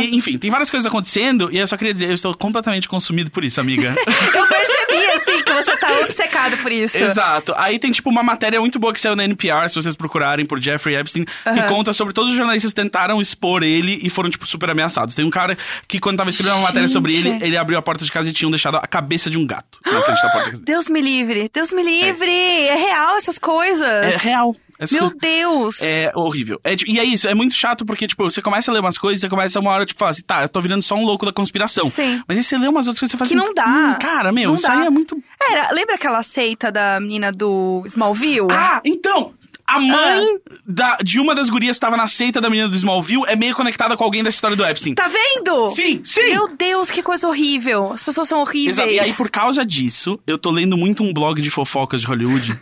B: e enfim, tem várias coisas acontecendo, e eu só queria dizer, eu estou completamente consumido por isso,
A: <laughs>
B: amiga.
A: Eu percebi, assim, que você tá obcecado por isso.
B: Exato. Aí tem, tipo, uma matéria muito boa que saiu na NPR, se vocês procurarem por Jeffrey Epstein, que conta sobre todos os jornalistas que tentaram expor ele e foram, tipo, super ameaçados. Tem um cara que, quando tava escrevendo uma matéria sobre
A: Gente.
B: ele, ele abriu a porta de casa e tinham deixado a cabeça de um gato na frente da porta de casa.
A: Deus me livre, Deus me livre! É, real essas coisas!
B: É real. Essa
A: Meu
B: coisa-
A: Deus!
B: É horrível. É, tipo, e é isso, é muito chato porque, tipo, você começa a ler umas coisas, você começa uma hora, tipo, falar assim, tá, eu tô virando só um louco da conspiração.
A: Sim.
B: Mas aí você lê umas outras coisas e você fala
A: Que
B: assim,
A: não dá.
B: "Hum, cara, meu,
A: Não
B: isso
A: dá.
B: aí é muito
A: Era, lembra aquela seita da menina do Smallville?
B: Ah, então! A mãe da, de uma das gurias que tava na seita da menina do Smallville é meio conectada com alguém dessa história do Epstein.
A: Tá vendo?
B: Sim, sim.
A: Meu Deus, que coisa horrível! As pessoas são horríveis.
B: Exato. E aí, por causa disso, eu tô lendo muito um blog de fofocas de
A: <laughs>
B: Hollywood,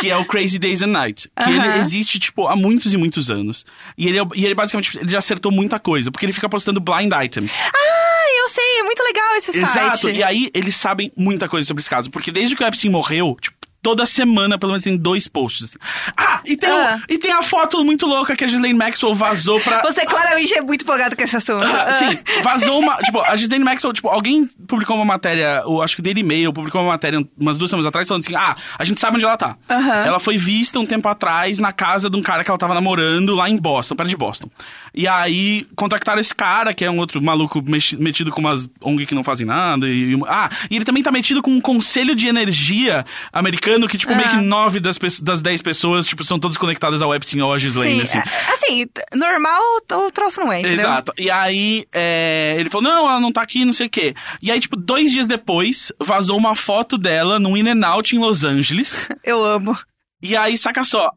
B: que é o Crazy Days and Night. Que
A: Aham.
B: ele existe, tipo, há muitos e muitos anos. E ele, é- e ele basicamente ele já acertou muita coisa, porque ele fica postando blind items.
A: Ah, eu sei, é muito legal esse
B: Exato.
A: site.
B: E aí, eles sabem muita coisa sobre esse caso. Porque desde que o Epstein morreu, tipo, toda semana, pelo menos, tem dois posts. assim. Ah, e tem, o-
A: Ah.
B: e tem a foto muito louca que a Ghislaine Maxwell vazou pra...
A: Você claramente é muito empolgado com esse assunto.
B: Ah,
A: Ah.
B: <laughs> Sim, vazou uma. Tipo, a Ghislaine Maxwell, tipo, alguém publicou uma matéria, eu acho que Daily Mail publicou uma matéria umas duas semanas atrás, falando assim: ah, a gente sabe onde ela tá.
A: Aham.
B: Ela foi vista um tempo atrás na casa de um cara que ela tava namorando lá em Boston, perto de Boston. E aí contactaram esse cara, que é um outro maluco mexi- metido com umas ONG que não fazem nada. E, e uma- ah, e ele também tá metido com um conselho de energia americano que, tipo,
A: Ah.
B: meio que nove das, pe- das dez pessoas, tipo, são todas conectadas ao Epstein ou à Ghislaine,
A: Sim,
B: assim.
A: é- assim, t- normal o troço não é, entendeu?
B: Exato. E aí, é, ele falou, não, ela não tá aqui, não sei o quê. E aí, tipo, dois dias depois, vazou uma foto dela num in and out em Los
A: <laughs>
B: Angeles.
A: Eu amo.
B: e aí, saca só,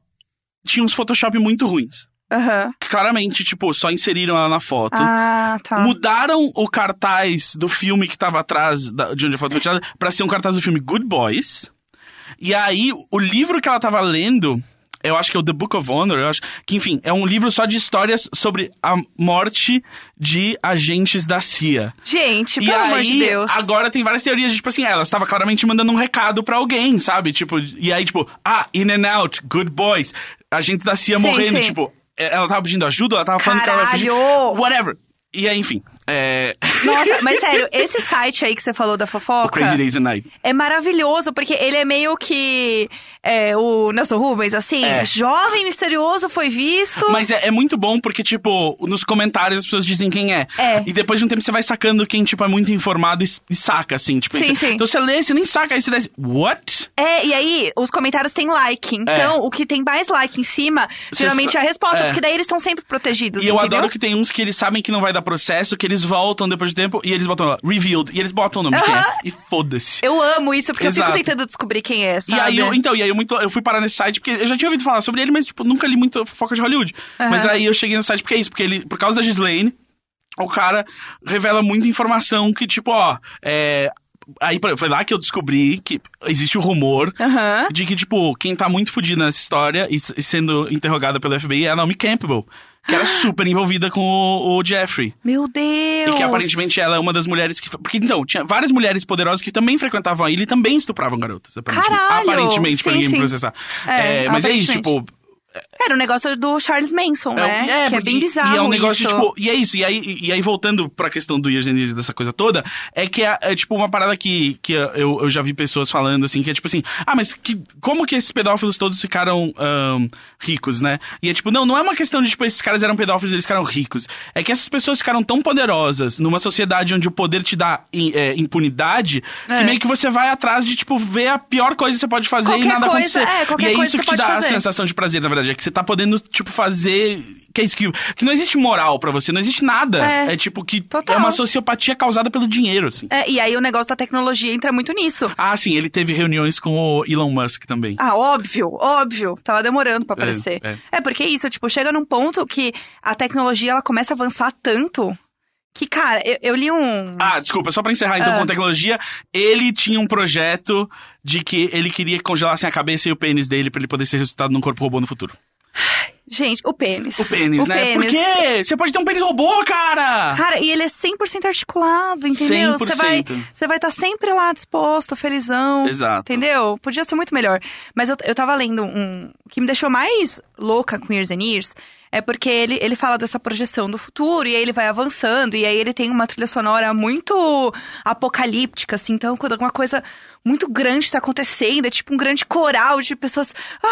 B: tinha uns Photoshop muito ruins.
A: Aham.
B: Que Claramente, tipo, só inseriram ela na foto.
A: Ah, tá.
B: Mudaram o cartaz do filme que tava atrás da- de onde a foto foi tirada pra ser um cartaz do filme Good Boys. E aí, o livro que ela tava lendo eu acho que é o The Book of Honor, eu acho que, enfim, é um livro só de histórias sobre a morte de agentes da CIA.
A: Gente,
B: e
A: pelo
B: aí,
A: amor de Deus.
B: agora tem várias teorias, de, tipo assim, ah, ela estava claramente mandando um recado pra alguém, sabe? Tipo, e aí, tipo, ah, in and out, good boys, agentes da CIA
A: Sim,
B: morrendo,
A: sim.
B: tipo, é- ela tava pedindo ajuda, ela tava falando que ela vai
A: Caralho!
B: fugir, whatever. E aí, enfim, é... <laughs>
A: Nossa, mas sério, esse site aí que você falou da fofoca.
B: o Crazy Days and Night.
A: É maravilhoso, porque ele é meio que é, o Nelson Rubens, assim,
B: É.
A: jovem misterioso foi visto.
B: Mas é, é muito bom porque, tipo, nos comentários as pessoas dizem quem é.
A: É.
B: E depois de um tempo você vai sacando quem, tipo, é muito informado e, s- e saca, assim. Tipo,
A: Sim,
B: você-
A: sim.
B: Então você lê, você nem saca, aí você desce. What?
A: É, e aí os comentários têm like.
B: É.
A: Então, o que tem mais like em cima,
B: Você
A: geralmente é a resposta,
B: é.
A: porque daí eles estão sempre protegidos.
B: E eu
A: entendeu?
B: adoro que tem uns que eles sabem que não vai dar processo, que eles voltam depois de tempo e eles botam lá, revealed. E eles botam o nome de quem é.
A: Aham.
B: E foda-se.
A: Eu amo isso, porque eu
B: Exato.
A: fico tentando descobrir quem é,
B: E
A: sabe?
B: aí, eu, então, e aí eu, muito, eu fui parar nesse site, porque eu já tinha ouvido falar sobre ele, mas, tipo, nunca li muito fofoca de Hollywood. Mas aí eu cheguei no site porque é isso, porque ele, por causa da Gislaine, o cara revela muita informação que, tipo, ó, é. Aí por exemplo, foi lá que eu descobri que existe o rumor
A: Aham.
B: de que, tipo, quem tá muito fodido nessa história e, s- e sendo interrogada pelo FBI é a Naomi Campbell, que era super envolvida com o- o Jeffrey.
A: Meu Deus!
B: E que aparentemente ela é uma das mulheres que. Porque então, tinha várias mulheres poderosas que também frequentavam a ilha e também estupravam garotas, aparentemente.
A: Caralho!
B: aparentemente, pra
A: Sim,
B: ninguém
A: sim.
B: me processar.
A: É,
B: É, mas é isso, tipo.
A: aparentemente. Era o negócio do Charles Manson, né? que é
B: porque-
A: bem bizarro.
B: um E é um negócio,
A: isso.
B: tipo. E é isso. E aí, e- e aí voltando pra questão do Years and Years e dessa coisa toda, é que é, é, tipo uma parada que, que eu, eu já vi pessoas falando, assim, que é tipo assim: ah, mas que, como que esses pedófilos todos ficaram ahn, ricos, né? E é tipo, não, não é uma questão de, tipo, esses caras eram pedófilos e eles ficaram ricos. É que essas pessoas ficaram tão poderosas numa sociedade onde o poder te dá im- é, impunidade,
A: É.
B: que meio que você vai atrás de, tipo, ver a pior coisa que você pode fazer
A: Qualquer
B: e nada
A: coisa-
B: acontecer.
A: é, qualquer
B: e é
A: coisa
B: isso
A: você
B: que te
A: pode
B: dá a
A: fazer.
B: sensação sensação de prazer, na verdade. É que você tá podendo, tipo, fazer. Que é isso que. Que não existe moral pra você, não existe nada.
A: É.
B: É, tipo que
A: Total.
B: é uma sociopatia causada pelo dinheiro, assim.
A: É, e aí o negócio da tecnologia entra muito nisso.
B: Ah, sim, ele teve reuniões com o Elon Musk também.
A: Ah, óbvio, óbvio. Tava demorando pra
B: É,
A: aparecer. É,
B: é.
A: porque é isso, tipo, chega num ponto que a tecnologia ela começa a avançar tanto que, cara, eu, eu li um.
B: Ah, desculpa, só pra encerrar então
A: Ah.
B: com tecnologia, ele tinha um projeto de que ele queria que congelassem a cabeça e o pênis dele pra ele poder ser ressuscitado num corpo robô no futuro.
A: Gente, o pênis. <gasps>
B: O pênis, né?
A: pênis.
B: Por quê? Você pode ter um pênis robô, cara!
A: Cara, e ele é 100% articulado, entendeu? Você vai
B: 100%.
A: estar vai tá sempre lá disposto, felizão.
B: Exato.
A: Entendeu? Podia ser muito melhor. Mas eu, eu tava lendo um. O que me deixou mais louca com Years and Years é porque ele, ele fala dessa projeção do futuro e aí ele vai avançando. E aí ele tem uma trilha sonora muito apocalíptica, assim. Então, quando alguma coisa muito grande tá acontecendo, é tipo um grande coral de pessoas ah,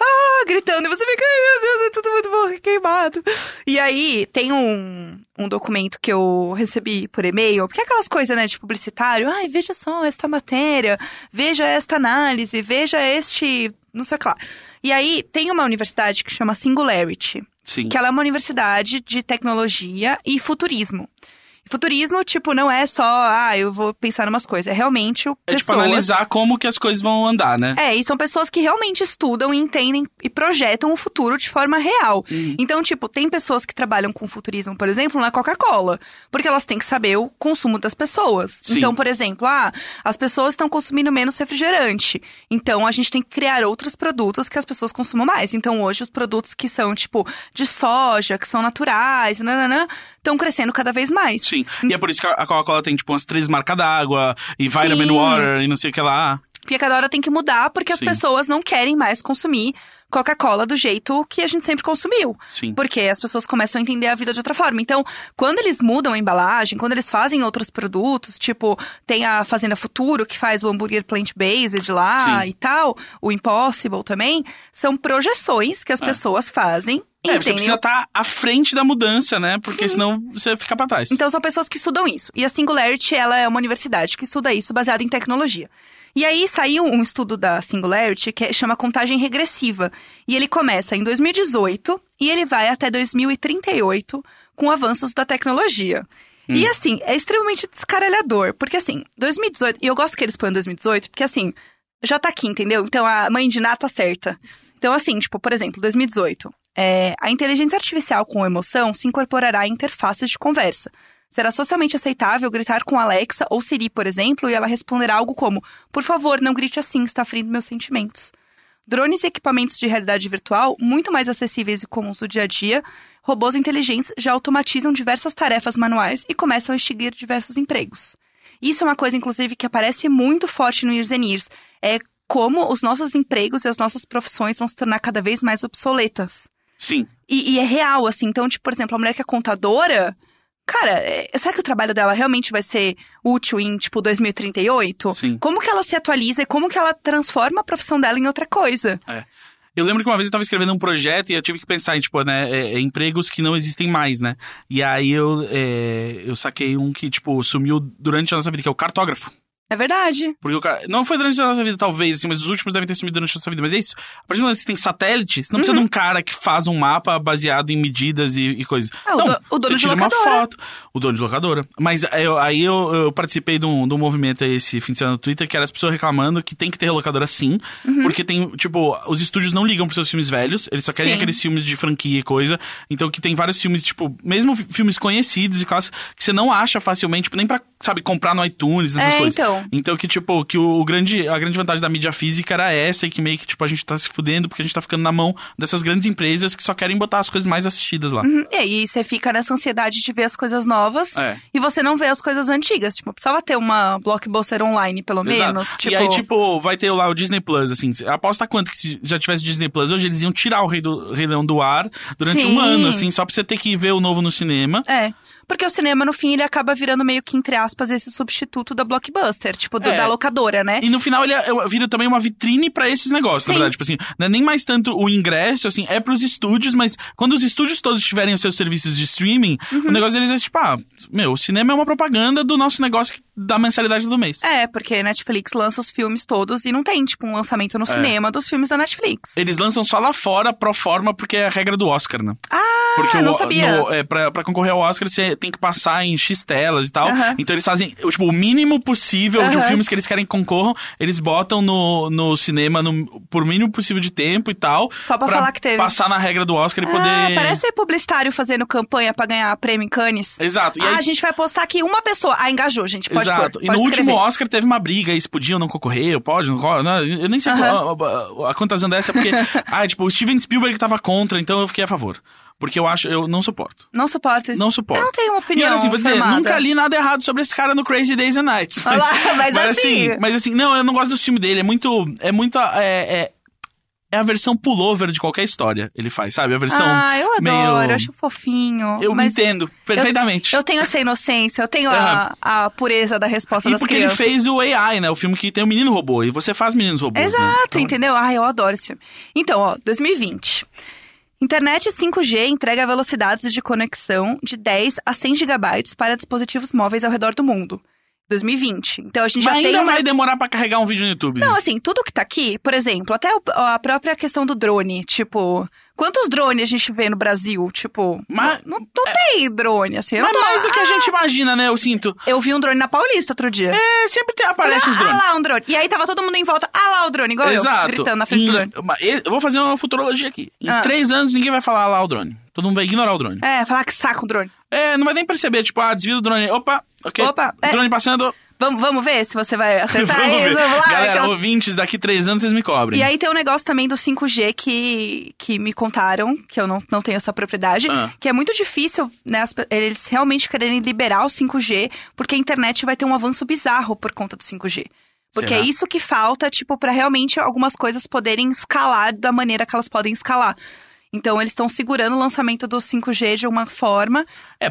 A: ah, gritando. E você fica, ai meu Deus, é tudo muito bom, queimado. E aí tem um, um documento que eu recebi por e-mail, porque é aquelas coisas, né, de publicitário. Ai, veja só esta matéria, veja esta análise, veja este. Não sei o que lá. E aí tem uma universidade que chama Singularity
B: Sim.
A: que ela é uma universidade de tecnologia e futurismo. Futurismo, tipo, não é só, ah, eu vou pensar em umas coisas. É realmente o
B: É
A: pessoas...
B: tipo analisar como que as coisas vão andar, né?
A: É, e são pessoas que realmente estudam e entendem e projetam o futuro de forma real.
B: Uhum.
A: Então, tipo, tem pessoas que trabalham com futurismo, por exemplo, na Coca-Cola, porque elas têm que saber o consumo das pessoas.
B: Sim.
A: Então, por exemplo, ah, as pessoas estão consumindo menos refrigerante. Então, a gente tem que criar outros produtos que as pessoas consumam mais. Então, hoje, os produtos que são, tipo, de soja, que são naturais, nananã, estão crescendo cada vez mais.
B: Sim. E é por isso que a Coca-Cola tem, tipo, umas três marcas d'água, e vitamin
A: Sim.
B: water, e não sei o que lá.
A: Porque cada hora tem que mudar, porque as
B: Sim.
A: pessoas não querem mais consumir Coca-Cola do jeito que a gente sempre consumiu.
B: Sim.
A: Porque as pessoas começam a entender a vida de outra forma. Então, quando eles mudam a embalagem, quando eles fazem outros produtos, tipo, tem a Fazenda Futuro, que faz o hambúrguer plant-based lá
B: Sim.
A: e tal, o Impossible também, são projeções que as
B: É.
A: pessoas fazem.
B: É, você
A: entendem
B: precisa estar à frente da mudança, né? Porque senão você fica pra trás.
A: Então são pessoas que estudam isso. E a Singularity, ela é uma universidade que estuda isso baseada em tecnologia. E aí saiu um estudo da Singularity que chama contagem regressiva. E ele começa em 2018 e ele vai até 2038 com avanços da tecnologia. E assim, é extremamente descaralhador, porque assim, 2018, e eu gosto que eles põem 2018, porque assim, já tá aqui, entendeu? Então a mãe de Ná tá certa. Então, assim, tipo, por exemplo, 2018. é, a inteligência artificial com emoção se incorporará em interfaces de conversa. Será socialmente aceitável gritar com Alexa ou Siri, por exemplo, e ela responderá algo como: Por favor, não grite assim, está ferindo meus sentimentos. drones e equipamentos de realidade virtual, muito mais acessíveis e comuns do dia a dia, robôs inteligentes já automatizam diversas tarefas manuais e começam a extinguir diversos empregos. Isso é uma coisa, inclusive, que aparece muito forte no Years and Years. É como os nossos empregos e as nossas profissões vão se tornar cada vez mais obsoletas.
B: Sim.
A: E, e é real, assim. Então, tipo, por exemplo, a mulher que é contadora, cara, é- será que o trabalho dela realmente vai ser útil em, tipo, 2038?
B: Sim.
A: Como que ela se atualiza e como que ela transforma a profissão dela em outra coisa?
B: Eu lembro que uma vez eu tava escrevendo um projeto e eu tive que pensar em, tipo, né, é, é, empregos que não existem mais, né? E aí eu, é, eu saquei um que, tipo, sumiu durante a nossa vida, que é o cartógrafo.
A: É verdade.
B: Porque o cara. Não foi durante a nossa vida, talvez, assim, mas os últimos devem ter sumido durante a nossa vida. Mas é isso. A partir do momento que você tem satélite, você não
A: Uhum.
B: precisa de um cara que faz um mapa baseado em medidas e, e coisas.
A: Ah, o
B: não,
A: do- o dono
B: você
A: de
B: tira
A: locadora.
B: uma foto. O dono de locadora. Mas é, eu- aí eu, eu participei de um, de um movimento aí esse fim de semana no Twitter, que era as pessoas reclamando que tem que ter locadora sim.
A: Uhum.
B: Porque tem, tipo, os estúdios não ligam pros seus filmes velhos, eles só querem
A: Sim.
B: aqueles filmes de franquia e coisa. Então que tem vários filmes, tipo, mesmo fi- filmes conhecidos e clássicos, que você não acha facilmente, tipo, nem pra, sabe, comprar no iTunes, essas
A: É,
B: coisas.
A: então.
B: Então que, tipo, que o grande, a grande vantagem da mídia física era essa, e que meio que, tipo, a gente tá se fudendo porque a gente tá ficando na mão dessas grandes empresas que só querem botar as coisas mais assistidas lá.
A: Uhum. E aí você fica nessa ansiedade de ver as coisas novas
B: É.
A: e você não vê as coisas antigas. Tipo, precisava ter uma blockbuster online, pelo
B: Exato.
A: menos. Tipo,
B: E aí, tipo, vai ter lá o Disney Plus, assim. Aposta quanto que se já tivesse Disney Plus hoje, eles iam tirar o Rei, do, Rei Leão do ar durante
A: Sim.
B: um ano, assim, só pra você ter que ver o novo no cinema.
A: É. Porque o cinema, no fim, ele acaba virando meio que, entre aspas, esse substituto da blockbuster, tipo, do-
B: É.
A: da locadora, né?
B: E no final ele é- é- vira também uma vitrine pra esses negócios, na
A: Sim.
B: verdade. Tipo assim, não é nem mais tanto o ingresso, assim, é pros estúdios, mas quando os estúdios todos tiverem os seus serviços de streaming,
A: Uhum.
B: o negócio deles é tipo, ah, meu, o cinema é uma propaganda do nosso negócio que- da mensalidade do mês.
A: É, porque a Netflix lança os filmes todos e não tem, tipo, um lançamento
B: É.
A: no cinema dos filmes da Netflix.
B: Eles lançam só lá fora, pro forma, porque é a regra do Oscar, né?
A: Ah,
B: Porque
A: não
B: o-
A: sabia.
B: no- é, pra, pra concorrer ao Oscar, você tem que passar em X telas e tal.
A: Aham.
B: Então eles fazem o, tipo, o mínimo possível de
A: Aham.
B: filmes que eles querem que concorram. Eles botam no, no cinema no, por mínimo possível de tempo e tal.
A: Só pra falar que teve.
B: Passar na regra do Oscar e
A: Ah,
B: poder.
A: parece publicitário fazendo campanha pra ganhar prêmio em Cannes.
B: Exato. É, E
A: ah,
B: aí,
A: a gente vai postar aqui uma pessoa. Ah, engajou, gente. Pode
B: Exato.
A: pôr,
B: e
A: pode
B: no último
A: escrever.
B: Oscar teve uma briga, eles podiam não concorrer, pode, não rola, não, Eu nem sei
A: Aham.
B: a, a, a quantas andas
A: <laughs>
B: dessa, porque. ah, tipo, o Steven Spielberg tava contra, então eu fiquei a favor. Porque eu acho, eu não suporto.
A: Não suporto isso.
B: Não suporto.
A: Eu não tenho uma
B: E
A: opinião.
B: olha assim, vou dizer,
A: formada.
B: nunca li nada errado sobre esse cara no Crazy Days and Nights.
A: Olha lá, mas assim-
B: Mas assim, não, eu não gosto do filme dele. É muito. É muito. É, é, é a versão pullover de qualquer história ele faz, sabe? A versão.
A: Ah, eu adoro,
B: meio-
A: eu acho fofinho.
B: eu
A: mas
B: entendo perfeitamente.
A: Eu tenho essa inocência, eu tenho a,
B: Aham.
A: a pureza da resposta
B: e
A: das
B: porque
A: crianças.
B: ele fez o AI, né? O filme que tem o menino robô. E você faz meninos robôs. né?
A: Exato,
B: Então,
A: entendeu? Ah, eu adoro esse filme. Então, ó, 2020. Internet 5G entrega velocidades de conexão de 10 a 100 gigabytes para dispositivos móveis ao redor do mundo. 2020. Então a gente
B: Mas
A: já
B: ainda
A: tem uma
B: vai demorar pra carregar um vídeo no YouTube.
A: Não, assim, tudo que tá aqui, por exemplo, até o- a própria questão do drone, tipo, quantos drones a gente vê no Brasil? Tipo,
B: Mas-
A: não, não tem drone, assim. eu
B: Mas
A: não tô-
B: mais do que a gente imagina, né? Eu sinto.
A: Eu vi um drone na Paulista outro dia.
B: É, sempre tem- aparece os drones.
A: Ah lá, um drone. E aí tava todo mundo em volta, ah lá o drone, igual eu,
B: Exato.
A: gritando na frente
B: Em-
A: do drone.
B: mas eu vou fazer uma futurologia aqui. Em
A: Ah.
B: três anos ninguém vai falar lá o drone. Todo mundo vai ignorar o drone.
A: É, falar que saco o drone.
B: É, não vai nem perceber, tipo, ah, desvio do drone. Opa, ok.
A: Opa, é. Tá,
B: Drone passando.
A: Vamos, vamos ver se você vai acertar
B: <laughs> Vamos
A: isso,
B: ver.
A: vamos lá. então.
B: Galera,
A: aquela-
B: ouvintes, daqui três anos vocês me cobrem.
A: E aí tem um negócio também do 5G que, que me contaram, que eu não, não tenho essa propriedade,
B: Ah.
A: que é muito difícil né, as pe- eles realmente quererem liberar o 5G, porque a internet vai ter um avanço bizarro por conta do 5G. Porque
B: Será?
A: é isso que falta, tipo, para realmente algumas coisas poderem escalar da maneira que elas podem escalar. Então eles estão segurando o lançamento do 5G de uma forma
B: É,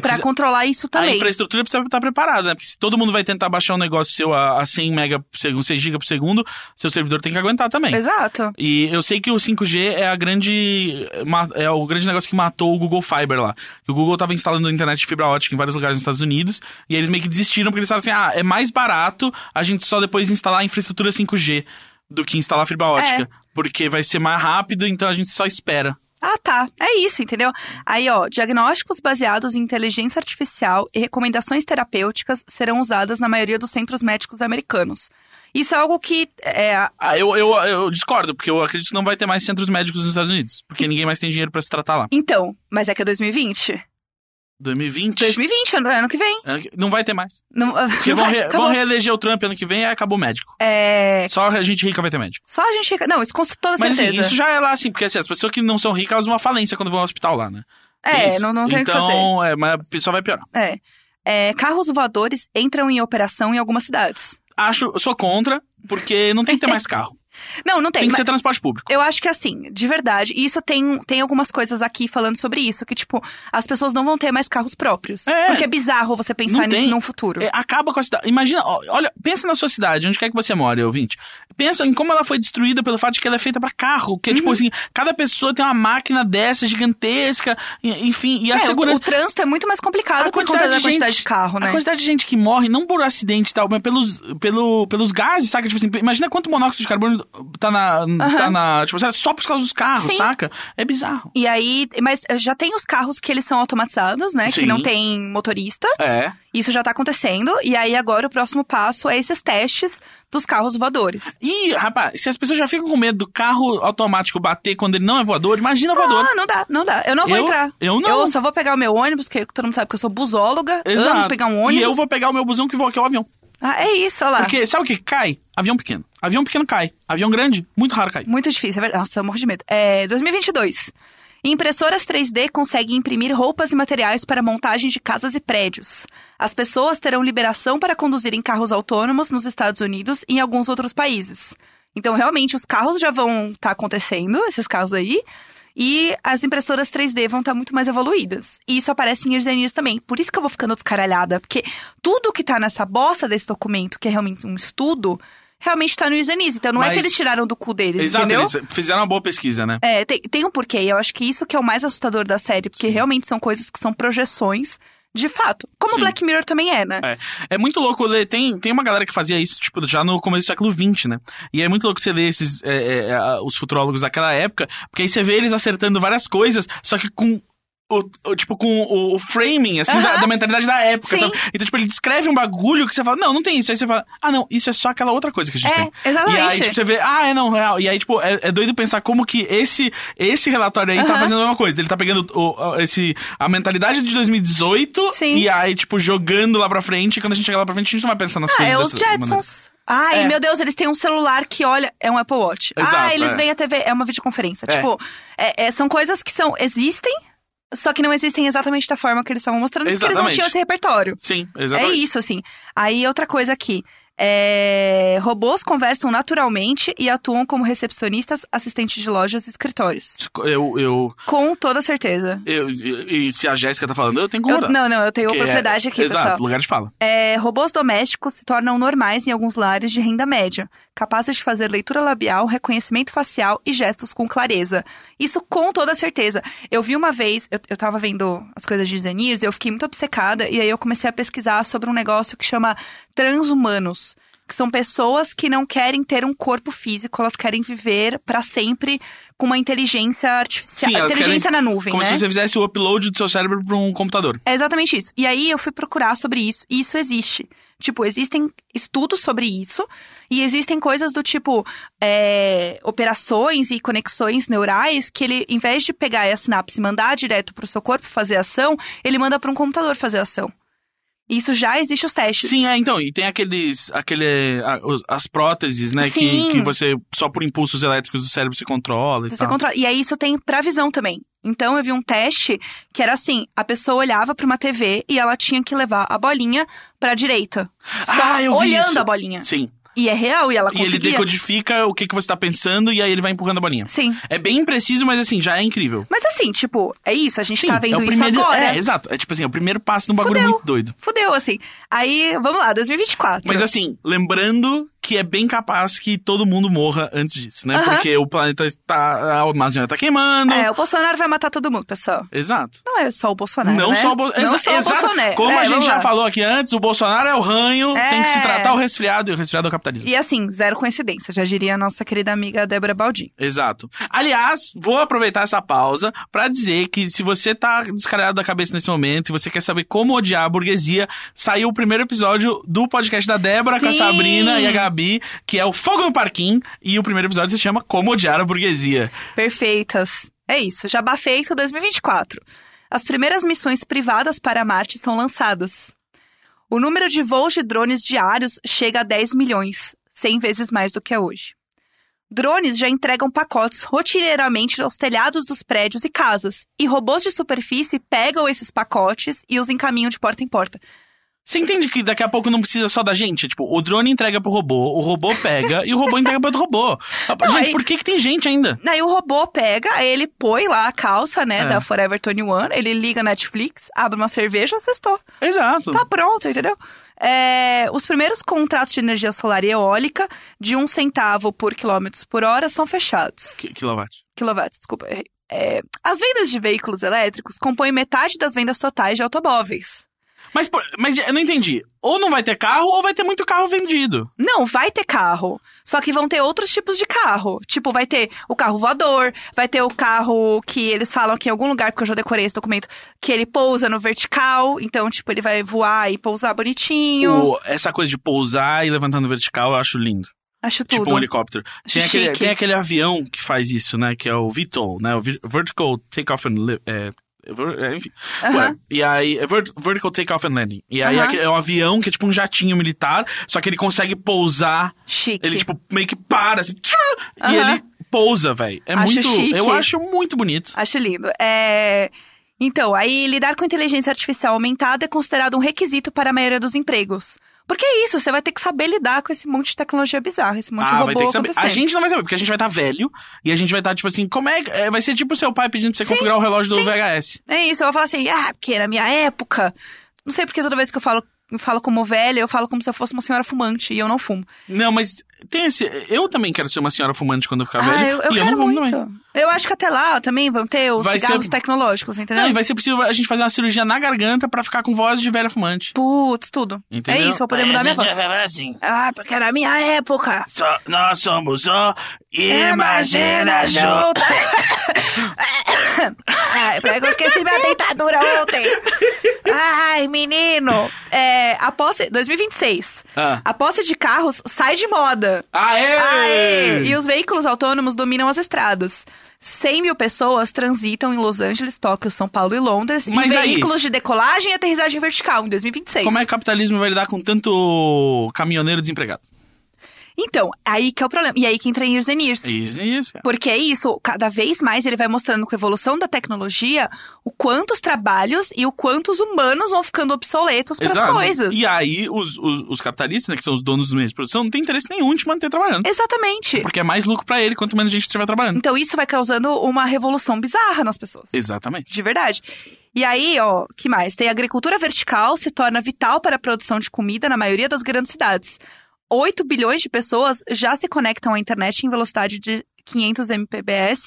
A: pra
B: precisa-
A: controlar isso
B: A
A: também.
B: infraestrutura precisa estar preparada, né? Porque se todo mundo vai tentar baixar um negócio seu a, a 100 mega por segundo, 6 giga por segundo, seu servidor tem que aguentar também.
A: Exato.
B: E eu sei que o 5G é a grande ma- é o grande negócio que matou o Google Fiber lá. Que O Google tava instalando internet de fibra ótica em vários lugares nos Estados Unidos, e aí eles meio que desistiram porque eles falaram assim: "Ah, é mais barato a gente só depois instalar a infraestrutura 5G do que instalar fibra ótica, porque vai ser mais rápido, então a gente só espera".
A: Ah, tá. É isso, entendeu? Aí, ó, diagnósticos baseados em inteligência artificial e recomendações terapêuticas serão usadas na maioria dos centros médicos americanos. Isso é algo que é,
B: Ah, eu, eu, eu discordo, porque eu acredito que não vai ter mais centros médicos nos Estados Unidos, porque ninguém mais tem dinheiro pra se tratar lá.
A: Então, mas é que é 2020.
B: 2020.
A: 2020, ano, ano que vem.
B: Ano que- Não vai ter mais.
A: Não, <laughs>
B: Porque
A: não
B: vão,
A: vai,
B: re-
A: acabou.
B: vão reeleger o Trump ano que vem e acabou o médico.
A: É.
B: Só a gente rica vai ter médico.
A: Só a gente. Não, isso com toda
B: Mas assim,
A: certeza.
B: isso já é lá assim, porque assim, as pessoas que não são ricas, elas vão à falência quando vão ao hospital lá, né?
A: é,
B: Isso.
A: não, não tem o que fazer.
B: Então, é, mas só vai piorar.
A: É. É, Carros voadores entram em operação em algumas cidades.
B: Acho, eu sou contra, porque não
A: <laughs>
B: tem que ter mais carro.
A: Não, não tem.
B: tem que
A: mas
B: ser transporte público.
A: Eu acho que assim, de verdade, e isso tem, tem algumas coisas aqui falando sobre isso, que tipo, as pessoas não vão ter mais carros próprios.
B: É.
A: Porque é bizarro você pensar
B: Não
A: nisso
B: tem.
A: num futuro.
B: É, acaba com a cidade. Imagina, ó, olha, pensa na sua cidade, onde quer que você mora, ouvinte. Pensa em como ela foi destruída pelo fato de que ela é feita pra carro, que é
A: Uhum.
B: tipo assim, cada pessoa tem uma máquina dessa gigantesca, e- enfim, e a
A: É, o-
B: segurança
A: o, trânsito é muito mais complicado por conta da quantidade de carro, né?
B: A quantidade de gente que morre, não por acidente e tal, mas pelos, pelo, pelos gases, saca? Tipo assim, imagina quanto monóxido de carbono tá na. tá na tipo, sabe, só por causa dos carros,
A: Sim.
B: saca? É bizarro.
A: E aí, mas já tem os carros que eles são automatizados, né? Que
B: Sim.
A: não tem motorista.
B: É.
A: Isso já tá acontecendo. E aí agora o próximo passo é esses testes dos carros voadores.
B: E, rapaz, se as pessoas já ficam com medo do carro automático bater quando ele não é voador, imagina voador.
A: Ah, não dá, não dá. Eu não vou
B: Eu-
A: entrar.
B: eu não.
A: Eu só vou pegar o meu ônibus, que todo mundo sabe que eu sou busóloga. Amo pegar um
B: E
A: ônibus.
B: eu vou pegar o meu busão que voa, que é o avião.
A: Ah, é isso, olha lá.
B: Porque sabe o que cai? Avião pequeno. Avião pequeno cai. Avião grande, muito raro cai.
A: Muito difícil, é verdade. Nossa, eu morro de medo. É, 2022. Impressoras 3D conseguem imprimir roupas e materiais para montagem de casas e prédios. As pessoas terão liberação para conduzirem carros autônomos nos Estados Unidos e em alguns outros países. Então, realmente, os carros já vão estar acontecendo, esses carros aí. E as impressoras 3D vão estar muito mais evoluídas. E isso aparece em Years and Years também. Por isso que eu vou ficando descaralhada. Porque tudo que tá nessa bosta desse documento, que é realmente um estudo, realmente tá no Years and Years. Então não é
B: Mas-
A: que eles tiraram do cu deles,
B: Exato,
A: entendeu?
B: eles fizeram uma boa pesquisa, né?
A: É, tem, tem um porquê. e Eu acho que isso que é o mais assustador da série. Porque realmente são coisas que são projeções de fato. Como
B: Sim.
A: Black Mirror também é, né?
B: É, é muito louco ler. Tem, tem uma galera que fazia isso, tipo, já no começo do século XX, né? E é muito louco você ler esses, é, é, a- os futurólogos daquela época, porque aí você vê eles acertando várias coisas, só que com. O, o- tipo, com o, o framing, assim,
A: Aham.
B: da, da mentalidade da época,
A: Sim.
B: sabe? Então, tipo, ele descreve um bagulho que você fala, não, não tem isso. Aí você fala, ah, não, isso é só aquela outra coisa que a gente tem.
A: É, exatamente.
B: E aí, tipo, você vê, ah, é não, real. E aí, tipo, é, é doido pensar como que esse, esse relatório aí tá
A: Aham.
B: fazendo a mesma coisa. Ele tá pegando o, o- esse, a mentalidade de 2018
A: Sim.
B: e aí, tipo, jogando lá pra frente. E quando a gente chegar lá pra frente, a gente não vai pensar nas
A: Ah,
B: coisas
A: é os
B: dessa maneira.
A: Jetsons. Ai,
B: É.
A: meu Deus, eles têm um celular que olha. É um Apple Watch. ah,
B: Exato,
A: eles
B: é.
A: veem a TV. É uma videoconferência.
B: É.
A: Tipo, é- é, são coisas que são existem, só que não existem exatamente da forma que eles estavam mostrando, porque eles não
B: Exatamente.
A: tinham esse repertório.
B: Sim,
A: É
B: exatamente.
A: isso, assim. Aí, outra coisa aqui. é, Robôs conversam naturalmente e atuam como recepcionistas, assistentes de lojas e escritórios.
B: Eu, eu,
A: Com toda certeza.
B: eu, eu- e se a Jéssica tá falando, eu tenho que
A: Eu-
B: concordar.
A: não, não, eu tenho
B: Porque é-
A: propriedade aqui,
B: Exato,
A: pessoal.
B: lugar de fala.
A: É, robôs domésticos se tornam normais em alguns lares de renda média, capazes de fazer leitura labial, reconhecimento facial e gestos com clareza. Isso com toda certeza. Eu vi uma vez, eu, eu tava vendo as coisas de Zenirs, eu fiquei muito obcecada, e aí eu comecei a pesquisar sobre um negócio que chama transhumanos. Que são pessoas que não querem ter um corpo físico, elas querem viver pra sempre com uma inteligência artificial.
B: Sim, elas
A: inteligência na nuvem,
B: Como
A: né?
B: se você fizesse o upload do seu cérebro pra um computador.
A: É exatamente isso. E aí eu fui procurar sobre isso, e isso existe. Tipo, existem estudos sobre isso, e existem coisas do tipo é, operações e conexões neurais que ele, em vez de pegar a sinapse e mandar direto pro seu corpo fazer ação, ele manda para um computador fazer ação. Isso já existe os testes.
B: Sim, é, então, e tem aqueles, aquele, a- os- as próteses, né, que,
A: Sim.
B: que você, só por impulsos elétricos do cérebro, você controla e
A: Você
B: tal.
A: controla. E aí isso tem pra visão também. Então eu vi um teste que era assim: a pessoa olhava pra uma TV e ela tinha que levar a bolinha pra direita. Só
B: Ah, eu vi
A: olhando
B: isso.
A: a bolinha.
B: Sim.
A: E é real, e ela
B: E ele
A: conseguia.
B: decodifica o que, que você tá pensando e aí ele vai empurrando a bolinha.
A: Sim.
B: É bem preciso, mas assim, já é incrível.
A: Mas assim, tipo, é isso, a gente
B: Sim,
A: tá vendo
B: é o
A: isso
B: primeiro,
A: agora.
B: É, exato. É tipo assim, é o primeiro passo num bagulho
A: Fudeu.
B: muito doido.
A: Fudeu, assim. Aí, vamos lá, 2024.
B: Mas assim, lembrando que é bem capaz que todo mundo morra antes disso, né?
A: Aham.
B: Porque o planeta está. A Amazônia tá queimando.
A: É, o Bolsonaro vai matar todo mundo, pessoal.
B: Exato.
A: Não é só o Bolsonaro,
B: não
A: né?
B: só o, Bo-
A: Não
B: Exa-
A: só o
B: exato.
A: Bolsonaro.
B: Como
A: É,
B: a gente
A: vamos
B: já
A: lá.
B: falou aqui antes, o Bolsonaro é o ranho,
A: É.
B: tem que se tratar o resfriado, e o resfriado é o capitalismo.
A: E assim, zero coincidência, já diria a nossa querida amiga Débora Baldin.
B: Exato. Aliás, vou aproveitar essa pausa pra dizer que se você tá descaralhado da cabeça nesse momento e você quer saber como odiar a burguesia, saiu o primeiro episódio do podcast da Débora com a
A: Sim.
B: Sabrina e a Gabi, que é o Fogo no Parquinho, e o primeiro episódio se chama Como Odiar a Burguesia.
A: Perfeitas. É isso, jabá feito 2024. as primeiras missões privadas para Marte são lançadas. O número de voos de drones diários chega a 10 milhões, 100 vezes mais do que é hoje. Drones já entregam pacotes rotineiramente aos telhados dos prédios e casas, e robôs de superfície pegam esses pacotes e os encaminham de porta em porta.
B: Você entende que daqui a pouco não precisa só da gente? Tipo, o drone entrega pro robô, o robô pega e o robô entrega pro outro robô. gente,
A: aí-
B: por que, que tem gente ainda?
A: Aí o robô pega, aí ele põe lá a calça, né,
B: É.
A: da Forever 21, ele liga a Netflix, abre uma cerveja, assestou.
B: Exato.
A: Tá pronto, entendeu? É, os primeiros contratos de energia solar e eólica de um centavo por quilômetro por hora são fechados.
B: Qui- Quilowatt.
A: Quilowatts, desculpa, errei. É, as vendas de veículos elétricos compõem metade das vendas totais de automóveis.
B: Mas, por- mas eu não entendi. Ou não vai ter carro, ou vai ter muito carro vendido.
A: Não, vai ter carro. Só que vão ter outros tipos de carro. Tipo, vai ter o carro voador, vai ter o carro que eles falam que em algum lugar, porque eu já decorei esse documento, que ele pousa no vertical. Então, tipo, ele vai voar e pousar bonitinho.
B: O- essa coisa de pousar e levantando vertical eu acho lindo.
A: Acho tudo.
B: Tipo um helicóptero. Tem aquele,
A: Chique.
B: tem aquele avião que faz isso, né? Que é o VTOL, né? O Vir- Vertical Takeoff and é, Lift. enfim.
A: Aham.
B: Ué, e aí, é ver- Vertical Takeoff and Landing. E aí
A: Aham.
B: aquele- é um avião que é tipo um jatinho militar, só que ele consegue pousar.
A: Chique.
B: Ele, tipo, meio que para, assim, tchá, e
A: Aham.
B: ele pousa, velho. É
A: Acho
B: muito.
A: chique.
B: Eu acho muito bonito.
A: Acho lindo. É, Então, aí lidar com inteligência artificial aumentada é considerado um requisito para a maioria dos empregos. Porque é isso, você vai ter que saber lidar com esse monte de tecnologia bizarra, esse monte de
B: Ah,
A: robô
B: vai ter que saber. A
A: acontecendo.
B: gente não vai saber, porque a gente vai estar velho e a gente vai estar, tipo assim, como é. que- é, Vai ser tipo o seu pai pedindo pra você configurar o relógio do VHS.
A: É isso, eu vou falar assim, ah, porque na minha época. Não sei porque toda vez que eu falo, eu falo como velha, eu falo como se eu fosse uma senhora fumante e eu não fumo.
B: Não, mas tem esse. Eu também quero ser uma senhora fumante quando eu ficar
A: ah,
B: velho.
A: eu, eu
B: Tá e eu
A: quero
B: não vou
A: muito.
B: também.
A: Eu acho que até lá também vão ter os
B: Vai ser-
A: cigarros tecnológicos, entendeu?
B: Não, e vai ser possível a gente fazer uma cirurgia na garganta pra ficar com voz de velha fumante.
A: Putz, tudo.
B: Entendeu?
A: É isso, vou poder mudar minha voz.
B: voz.
A: Ah, porque na minha época.
B: assim, nós somos só
A: Imagina junto. <coughs> Ai, peraí que eu esqueci minha dentadura ontem. Ai, menino. É, a posse... 2026.
B: Ah.
A: A posse de carros sai de moda.
B: Aê!
A: Aê! E os veículos autônomos dominam as estradas. 100 mil pessoas transitam em Los Angeles, Tóquio, São Paulo e Londres
B: Mas
A: em
B: aí-
A: veículos de decolagem e aterrissagem vertical em 2026.
B: Como é que o capitalismo vai lidar com tanto caminhoneiro desempregado?
A: Então, aí que é o problema. E aí que entra em Years and Years.
B: Isso, isso. cara.
A: Porque é isso, cada vez mais ele vai mostrando com a evolução da tecnologia o quanto os trabalhos e o quanto os humanos vão ficando obsoletos para as
B: Exato.
A: coisas.
B: E aí, os, os, os capitalistas, né, que são os donos do meio de produção, não tem interesse nenhum de manter trabalhando.
A: Exatamente.
B: Porque é mais lucro pra ele quanto menos gente estiver trabalhando.
A: Então isso vai causando uma revolução bizarra nas pessoas.
B: Exatamente.
A: De verdade. E aí, ó, que mais? Tem a agricultura vertical se torna vital para a produção de comida na maioria das grandes cidades. 8 bilhões de pessoas já se conectam à internet em velocidade de 500 Mbps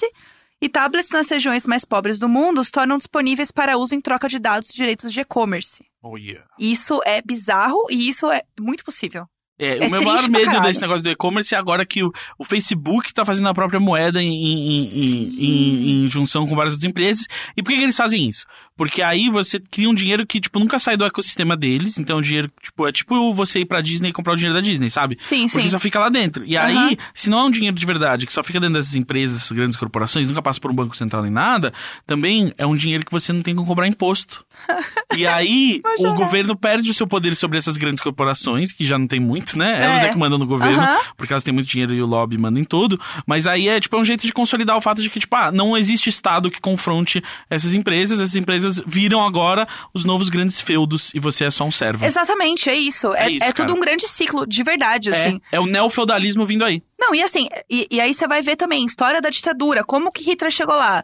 A: e tablets nas regiões mais pobres do mundo se tornam disponíveis para uso em troca de dados e direitos de e-commerce.
B: Oh, yeah.
A: Isso é bizarro e isso é muito possível.
B: É,
A: É
B: o meu
A: triste
B: maior
A: pra
B: medo
A: caralho.
B: desse negócio do e-commerce é agora que o, o Facebook tá fazendo a própria moeda em, em, em- em- em junção com várias outras empresas. E por que, que eles fazem isso? Porque aí você cria um dinheiro que, tipo, nunca sai do ecossistema deles. Então, o dinheiro, tipo, é tipo você ir pra Disney e comprar o dinheiro da Disney, sabe?
A: Sim,
B: Porque
A: sim.
B: só fica lá dentro. E aí,
A: Aham.
B: se não é um dinheiro de verdade, que só fica dentro dessas empresas, dessas grandes corporações, nunca passa por um banco central nem nada, também é um dinheiro que você não tem como cobrar imposto.
A: <laughs>
B: E aí,
A: Vou
B: o
A: chorar.
B: governo perde o seu poder sobre essas grandes corporações, que já não tem muito, né?
A: É.
B: Elas é que mandam no governo,
A: Aham.
B: porque elas têm muito dinheiro e o lobby manda em tudo. Mas aí é tipo é um jeito de consolidar o fato de que, tipo, ah, não existe Estado que confronte essas empresas. Essas empresas viram agora os novos grandes feudos e você é só um servo.
A: Exatamente, é isso. É,
B: É isso,
A: é tudo
B: cara.
A: um grande ciclo, de verdade, assim.
B: É, é o neofeudalismo vindo aí.
A: Não, e assim, e, e aí você vai ver também, história da ditadura, como que Hitler chegou lá.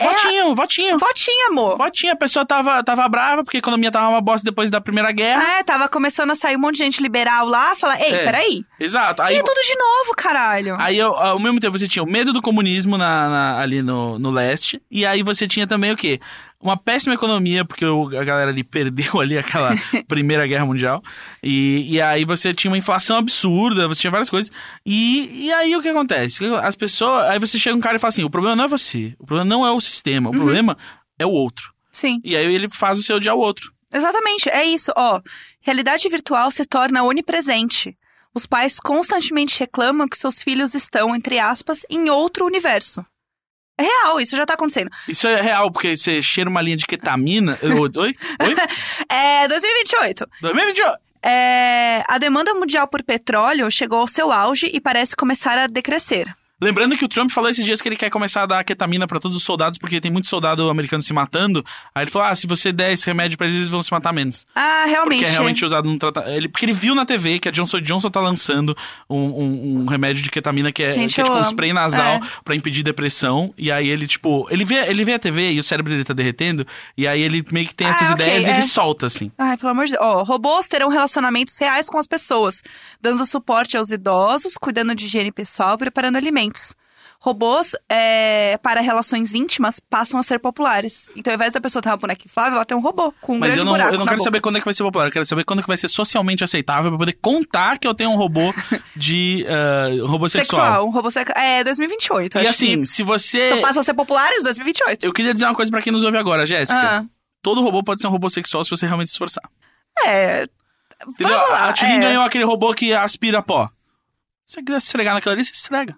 A: É a-
B: Votinho, votinho.
A: Votinho, amor.
B: Votinho, a pessoa tava, tava brava porque a economia tava uma bosta depois da Primeira Guerra.
A: É, tava começando a sair um monte de gente liberal lá, falar, ei,
B: É.
A: peraí.
B: Exato.
A: E
B: Aí,
A: é tudo de novo, caralho.
B: aí ao, ao mesmo tempo, você tinha o medo do comunismo na, na- ali no, no leste. E aí você tinha também o quê? Uma péssima economia, porque o- a galera ali perdeu <laughs> ali aquela Primeira Guerra Mundial. E, e aí você tinha uma inflação absurda, você tinha várias coisas. E, e aí o que acontece? As pessoas. Aí você chega um cara e fala assim: o problema não é você, o problema não é o sistema, o problema é o outro.
A: Sim,
B: E aí ele faz o seu odiar o outro.
A: exatamente, é isso, ó. Realidade virtual se torna onipresente. Os pais constantemente reclamam que seus filhos estão, entre aspas, em outro universo. É real, isso já tá acontecendo.
B: Isso é real, porque você cheira uma linha de ketamina. Eu- Oi? Oi?
A: É, 2028.
B: 2028.
A: É, a demanda mundial por petróleo chegou ao seu auge e parece começar a decrescer.
B: Lembrando que o Trump falou esses dias que ele quer começar a dar ketamina pra todos os soldados, porque tem muito soldado americano se matando. Aí ele falou: ah, se você der esse remédio pra eles, eles vão se matar menos.
A: Ah, realmente.
B: Porque é realmente usado no tratamento. Ele, porque ele viu na TV que a Johnson Johnson tá lançando um, um- um remédio de ketamina que é,
A: Gente,
B: que é tipo
A: eu
B: um
A: amo.
B: spray nasal
A: É.
B: pra impedir depressão. E aí ele, tipo, ele vê, ele vê a TV e o cérebro dele tá derretendo. E aí ele meio que tem
A: Ah,
B: essas
A: ok,
B: ideias e
A: é.
B: ele solta, assim.
A: Ai, pelo amor de Deus. Ó, robôs terão relacionamentos reais com as pessoas, dando suporte aos idosos, cuidando de higiene pessoal, preparando alimentos. Robôs é, para relações íntimas passam a ser populares. Então, ao invés da pessoa ter uma boneca inflável, ela tem um robô com um
B: Mas
A: grande
B: eu não,
A: buraco
B: eu não
A: na
B: quero
A: boca.
B: saber quando é que vai ser popular, eu quero saber quando é que vai ser socialmente aceitável pra poder contar que eu tenho
A: <laughs>
B: um robô de. ah, robô sexual.
A: um robô sexual. É, 2028.
B: E
A: acho
B: assim,
A: que
B: se você.
A: só passam a ser populares em 2028.
B: Eu queria dizer uma coisa pra quem nos ouve agora, Jéssica.
A: Ah,
B: Todo robô pode ser um robô sexual se você realmente se esforçar.
A: é.
B: Entendeu?
A: Vamos lá,
B: a Tilly
A: é.
B: ganhou aquele robô que aspira pó. Se você quiser se esfregar naquela ali, você se esfrega.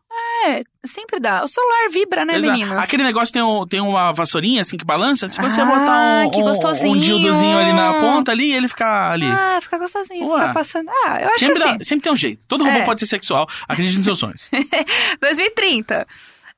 A: É, sempre dá. O celular vibra, né,
B: Exato.
A: meninas?
B: Aquele negócio tem, um, tem uma vassourinha assim que balança. Se você
A: Ah,
B: botar um,
A: que
B: um,
A: gostosinho.
B: um dildozinho ali na ponta ali, ele fica ali.
A: Ah, fica gostosinho,
B: Ué.
A: fica passando. Ah, eu acho
B: sempre,
A: que assim.
B: dá- sempre tem um jeito. Todo robô
A: É.
B: pode ser sexual. Acredite nos seus sonhos.
A: 2030.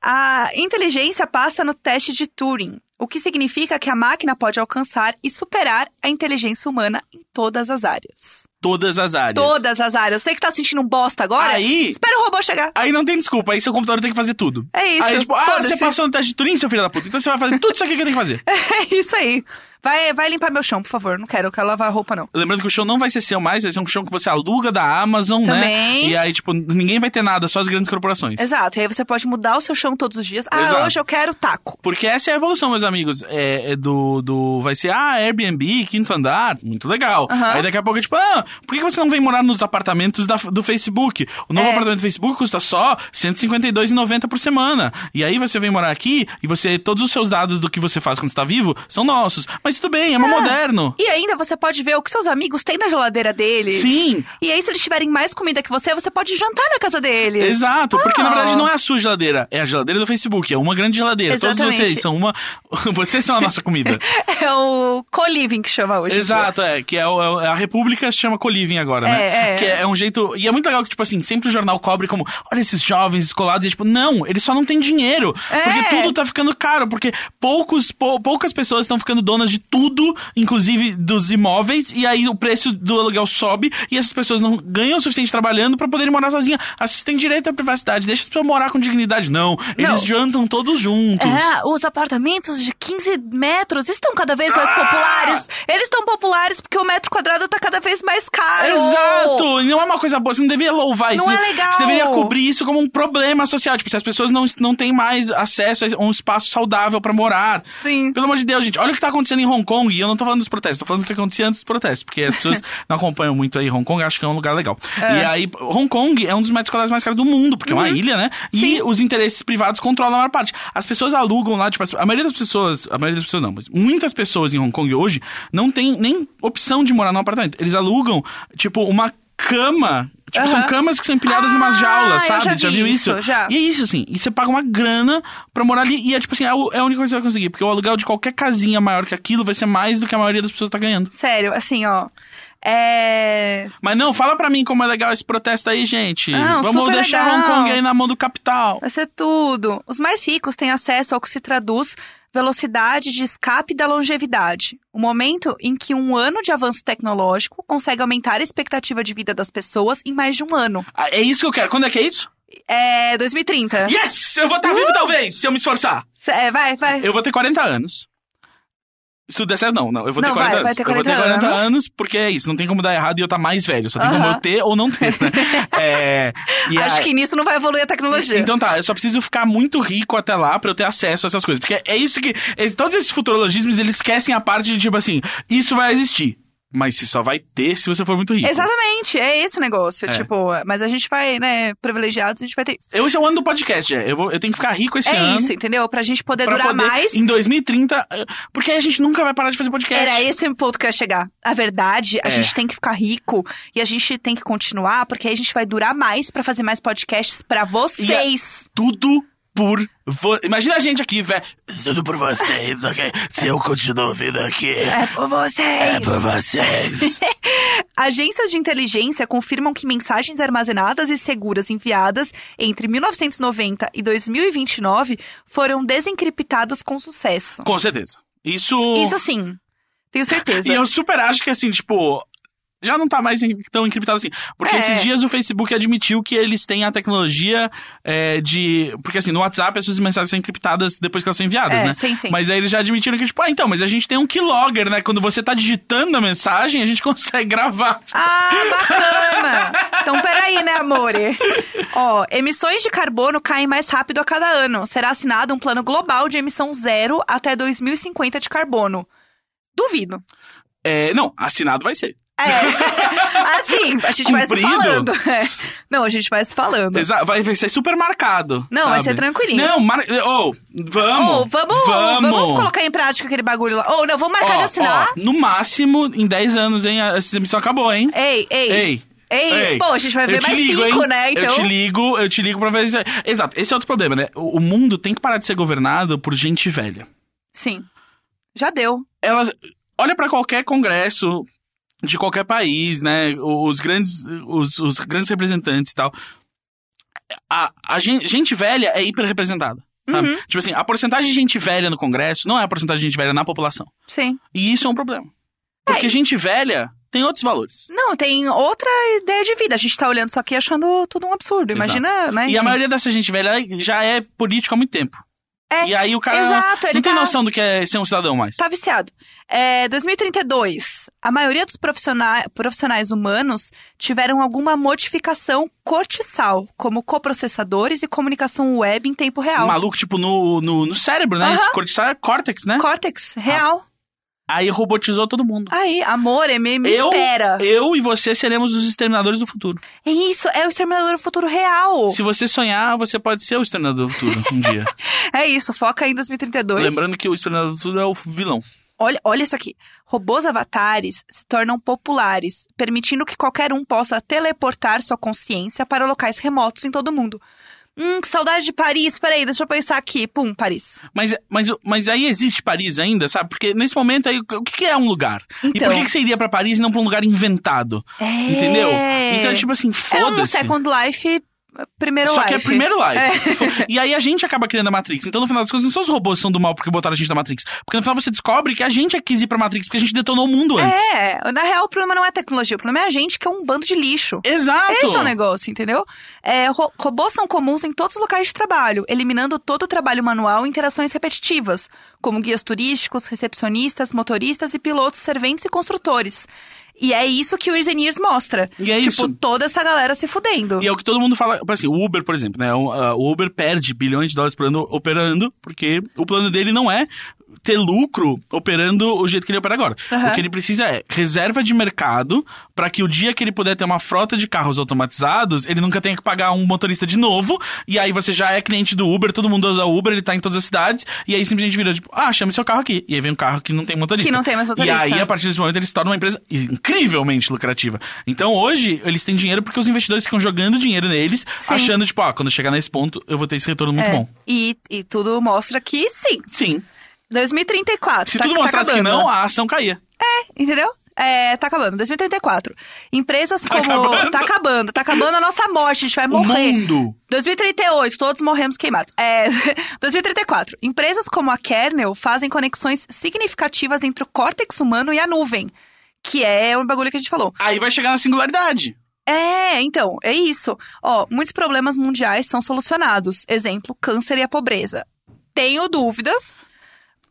A: A inteligência passa no teste de Turing, o que significa que a máquina pode alcançar e superar a inteligência humana em todas as áreas.
B: Todas as áreas.
A: Todas as áreas. Você que tá sentindo um bosta agora,
B: Aí,
A: espera o robô chegar.
B: aí não tem desculpa. Aí seu computador tem que fazer tudo.
A: É isso.
B: Aí, tipo, ah,
A: Foda-se.
B: você passou no teste de Turing, seu filho da puta. Então você vai fazer tudo isso aqui que eu tenho que fazer.
A: <laughs>
B: <laughs>
A: É isso aí. Vai, vai limpar meu chão, por favor. Não quero, eu quero lavar roupa, não.
B: Lembrando que o chão não vai ser seu mais, vai ser um chão que você aluga da Amazon, né?
A: Também.
B: E aí, tipo, ninguém vai ter nada, só as grandes corporações.
A: Exato. E aí você pode mudar o seu chão todos os dias. Ah,
B: Exato.
A: hoje eu quero taco.
B: Porque essa é a evolução, meus amigos. É, é do, do. Vai ser, ah, Airbnb, quinto andar, muito legal.
A: Aham.
B: Aí daqui a pouco é tipo, ah, por que você não vem morar nos apartamentos da- do Facebook? O novo
A: É.
B: apartamento do Facebook custa só R$ 152,90 por semana. E aí você vem morar aqui e você. Todos os seus dados do que você faz quando está vivo são nossos. Mas tudo bem, é mó moderno.
A: E ainda você pode ver o que seus amigos têm na geladeira deles.
B: Sim.
A: E aí, se eles tiverem mais comida que você, você pode jantar na casa deles.
B: Exato, porque
A: Ah.
B: na verdade não é a sua geladeira, é a geladeira do Facebook, é uma grande geladeira. Todos
A: Exatamente.
B: vocês são uma. <laughs> vocês são a nossa
A: <laughs>
B: comida.
A: É o co-living que chama hoje. em
B: Exato, é. Que é, o- é a República se chama Coliving agora, né?
A: É, é.
B: Que é, é um jeito. E é muito legal que, tipo assim, sempre o jornal cobre como, olha esses jovens escolados, e tipo, não, eles só não têm dinheiro. Porque
A: É.
B: tudo tá ficando caro, porque poucos, pou- poucas pessoas estão ficando donas de tudo, inclusive dos imóveis, e aí o preço do aluguel sobe, e essas pessoas não ganham o suficiente trabalhando pra poderem morar sozinha. As pessoas têm direito à privacidade, deixa as pessoas morar com dignidade. Não, eles
A: Não.
B: jantam todos juntos.
A: dia. É, os apartamentos de 15 metros estão cada vez mais
B: Ah!
A: populares. Eles estão populares porque o metro quadrado tá cada vez mais caro.
B: Exato! E não é uma coisa boa, você não deveria louvar isso.
A: Não é
B: né?
A: legal.
B: Você deveria cobrir isso como um problema social. Tipo, se as pessoas não, não têm mais acesso a um espaço saudável pra morar.
A: Sim.
B: Pelo amor de Deus, gente, olha o que tá acontecendo em Hong Kong. E eu não tô falando dos protestos, tô falando do que acontecia antes dos protestos, porque
A: <laughs>
B: as pessoas não acompanham muito aí Hong Kong, acho que é um lugar legal. E aí, Hong Kong é um dos metros quadrados mais caros do mundo, porque é uma ilha, né? E
A: Uhum. Sim.
B: os interesses privados controlam a maior parte. As pessoas alugam lá, tipo, as- a maioria das pessoas, a maioria das pessoas não, mas muitas pessoas em Hong Kong hoje não tem nem opção de morar num apartamento. Eles alugam, tipo, uma cama. Tipo, são
A: Aham.
B: camas que são empilhadas em umas
A: Ah,
B: jaulas,
A: eu
B: sabe?
A: já
B: Você
A: vi
B: viu
A: isso,
B: isso?
A: já.
B: E é isso, assim. E você paga uma grana pra morar ali. E é tipo assim, é o- é a única coisa que você vai conseguir. Porque o aluguel de qualquer casinha maior que aquilo vai ser mais do que a maioria das pessoas tá ganhando.
A: Sério, assim, ó. É.
B: Mas não, fala pra mim como é legal esse protesto aí, gente.
A: Ah, Não,
B: Vamos
A: super
B: deixar
A: legal.
B: Hong Kong aí na mão do capital.
A: Vai ser tudo. Os mais ricos têm acesso ao que se traduz velocidade de escape da longevidade. O momento em que um ano de avanço tecnológico consegue aumentar a expectativa de vida das pessoas em mais de um ano.
B: Ah, É isso que eu quero. Quando é que é isso?
A: É Uh! 2030.
B: Yes! Eu vou estar vivo, talvez, se eu me esforçar.
A: Cê- É, vai, vai.
B: Eu vou ter 40 anos. Se tudo der certo, não, não. Eu vou ter
A: Não,
B: 40
A: vai,
B: anos.
A: vai ter
B: eu vou ter
A: 40
B: 40 anos.
A: anos.
B: porque é isso. Não tem como dar errado e eu tá mais velho. Só tem como
A: Aham.
B: eu ter ou não ter,
A: <laughs>
B: né? é, e
A: Acho
B: aí-
A: que nisso não vai evoluir a tecnologia.
B: Então tá, eu só preciso ficar muito rico até lá pra eu ter acesso a essas coisas. Porque é isso que. es- Todos esses futurologismos, eles esquecem a parte de tipo assim, isso vai existir. Mas você só vai ter se você for muito rico.
A: Exatamente, é esse o negócio.
B: É.
A: Tipo, mas a gente vai, né, privilegiados, a gente vai ter isso.
B: Eu, esse é o ano do podcast, é. Eu, vou- eu tenho que ficar rico esse
A: é
B: ano.
A: isso, entendeu? Pra gente poder
B: pra
A: durar
B: poder,
A: mais.
B: Em 2030. eh, Porque aí a gente nunca vai parar de fazer podcast.
A: Era esse o ponto que eu ia chegar. A verdade, a
B: É.
A: gente tem que ficar rico e a gente tem que continuar, porque aí a gente vai durar mais pra fazer mais podcasts pra vocês.
B: Tudo por vo... Imagina a gente aqui, velho. Tudo por vocês, ok? Se eu continuo vindo aqui,
A: É por vocês.
B: é
A: <laughs>
B: por vocês.
A: Agências de inteligência confirmam que mensagens armazenadas e seguras enviadas entre 1990 e 2029 foram desencriptadas com sucesso.
B: Com certeza. Isso.
A: Isso sim, tenho certeza.
B: <laughs> E eu super acho que assim, tipo. Já não tá mais en- tão encriptado assim. Porque
A: É.
B: esses dias o Facebook admitiu que eles têm a tecnologia é, de. Porque assim, no WhatsApp as suas mensagens são encriptadas depois que elas são enviadas,
A: É,
B: né?
A: sim, sim.
B: Mas aí eles já admitiram que, tipo, ah, então, mas a gente tem um keylogger, né? Quando você tá digitando a mensagem, a gente <laughs> consegue gravar.
A: Ah, bacana! Então, peraí, né, amore? Ó, emissões de carbono caem mais rápido a cada ano. Será assinado um plano global de emissão zero até 2050 de carbono. Duvido.
B: É, não, assinado vai ser. <laughs>
A: É. Assim, a gente vai se
B: Cumprido?
A: falando. É. Não, a gente vai se falando.
B: Exa- vai, vai ser super marcado.
A: Não, vai ser tranquilinho.
B: Não, mar... oh, vamos,
A: Ou vamos,
B: Vamos!
A: vamos colocar em prática aquele bagulho lá. Ou não, vamos marcar
B: Ó,
A: de assinar.
B: ó, no máximo, em 10 anos, hein? a- Essa emissão acabou, hein?
A: Ei, ei,
B: Ei.
A: Ei, pô, a gente vai
B: eu
A: ver
B: te
A: mais
B: ligo,
A: cinco,
B: hein?
A: né?
B: Eu
A: Então-
B: te ligo, eu te ligo pra ver. se- Exato, esse é outro problema, né? O, o mundo tem que parar de ser governado por gente velha.
A: Sim. Já deu.
B: Elas. Olha pra qualquer congresso de qualquer país, né? Os grandes, os, os grandes representantes e tal. A, a gen- gente, velha é hiper representada. Sabe?
A: Uhum.
B: Tipo assim, a porcentagem de gente velha no Congresso não é a porcentagem de gente velha na população.
A: Sim.
B: E isso é um problema.
A: É,
B: Porque gente velha tem outros valores.
A: Não, tem outra ideia de vida. A gente tá olhando isso aqui achando tudo um absurdo.
B: Exato.
A: Imagina, né?
B: E a
A: enfim.
B: maioria dessa gente velha já é político há muito tempo.
A: É,
B: e aí o cara
A: exato, ele
B: não tem
A: tá-
B: noção do que é ser um cidadão mais.
A: Tá viciado. É, 2032. A maioria dos profissionais, profissionais humanos tiveram alguma modificação cortiçal, como coprocessadores e comunicação web em tempo real.
B: Maluco, tipo, no, no, no cérebro, né?
A: Aham.
B: Esse cortiçal é córtex, né? Ah.
A: Córtex, real.
B: Aí robotizou todo mundo.
A: Aí, amor, é me, me
B: eu,
A: espera.
B: eu e você seremos os exterminadores do futuro.
A: É isso, é o Exterminador do Futuro real.
B: Se você sonhar, você pode ser o exterminador do futuro
A: <laughs>
B: um dia.
A: É isso, foca em 2032.
B: Lembrando que o exterminador do futuro é o vilão.
A: Olha, olha isso aqui. Robôs avatares se tornam populares, permitindo que qualquer um possa teleportar sua consciência para locais remotos em todo o mundo. Hum, que saudade de Paris. Peraí, deixa eu pensar aqui. Pum, Paris.
B: Mas, mas, mas aí existe Paris ainda, sabe? Porque nesse momento aí, o que que é um lugar? e
A: Então.
B: por que, que você iria pra Paris e não pra um lugar inventado?
A: É.
B: Entendeu? Então, tipo assim,
A: É um
B: foda-se.
A: Second Life, eh, primeiro
B: Só
A: life.
B: que é primeiro life. E aí a gente acaba criando a Matrix. Então, no final das contas, não são os robôs que são do mal porque botaram a gente na Matrix. Porque no final você descobre que a gente é que quis ir pra Matrix, porque a gente detonou o mundo antes.
A: É, na real o problema não é tecnologia, o problema é a gente que é um bando de lixo.
B: Exato!
A: Esse é o negócio, entendeu? É, ro- robôs são comuns em todos os locais de trabalho, eliminando todo o trabalho manual e interações repetitivas, como guias turísticos, recepcionistas, motoristas e pilotos, serventes e construtores. E é isso que o Years and Years mostra.
B: E é
A: tipo,
B: isso.
A: toda essa galera se fudendo.
B: E é o que todo mundo fala, assim, o Uber, por exemplo, né? O, ah, o Uber perde bilhões de dólares por ano operando, porque o plano dele não é ter lucro operando o jeito que ele opera agora.
A: Aham.
B: O que ele precisa é reserva de mercado para que o dia que ele puder ter uma frota de carros automatizados, ele nunca tenha que pagar um motorista de novo, e aí você já é cliente do Uber, todo mundo usa Uber, ele tá em todas as cidades, e aí simplesmente vira tipo, ah, chame seu carro aqui. E aí vem um carro que não tem motorista.
A: Que não tem mais motorista.
B: E aí, a partir desse momento, eles se tornam uma empresa incrivelmente lucrativa. Então, hoje, eles têm dinheiro porque os investidores ficam jogando dinheiro neles,
A: Sim.
B: achando, tipo, ah, quando chegar nesse ponto, eu vou ter esse retorno muito
A: É.
B: bom.
A: E, e tudo mostra que sim.
B: Sim.
A: 2034.
B: Se
A: tá-
B: tudo
A: tá
B: mostrasse que
A: acabando.
B: não, a ação caía.
A: Entendeu? É, tá acabando. 2034. Empresas como.
B: acabando.
A: Tá acabando. Tá acabando a nossa morte. A gente vai morrer.
B: O mundo.
A: 2038, todos morremos queimados. É, <laughs> 2034. Empresas como a Kernel fazem conexões significativas entre o córtex humano e a nuvem. Que é o bagulho que a gente falou.
B: Aí vai chegar na singularidade.
A: É, então, é isso. Ó, muitos problemas mundiais são solucionados. Exemplo, câncer e a pobreza. Tenho dúvidas.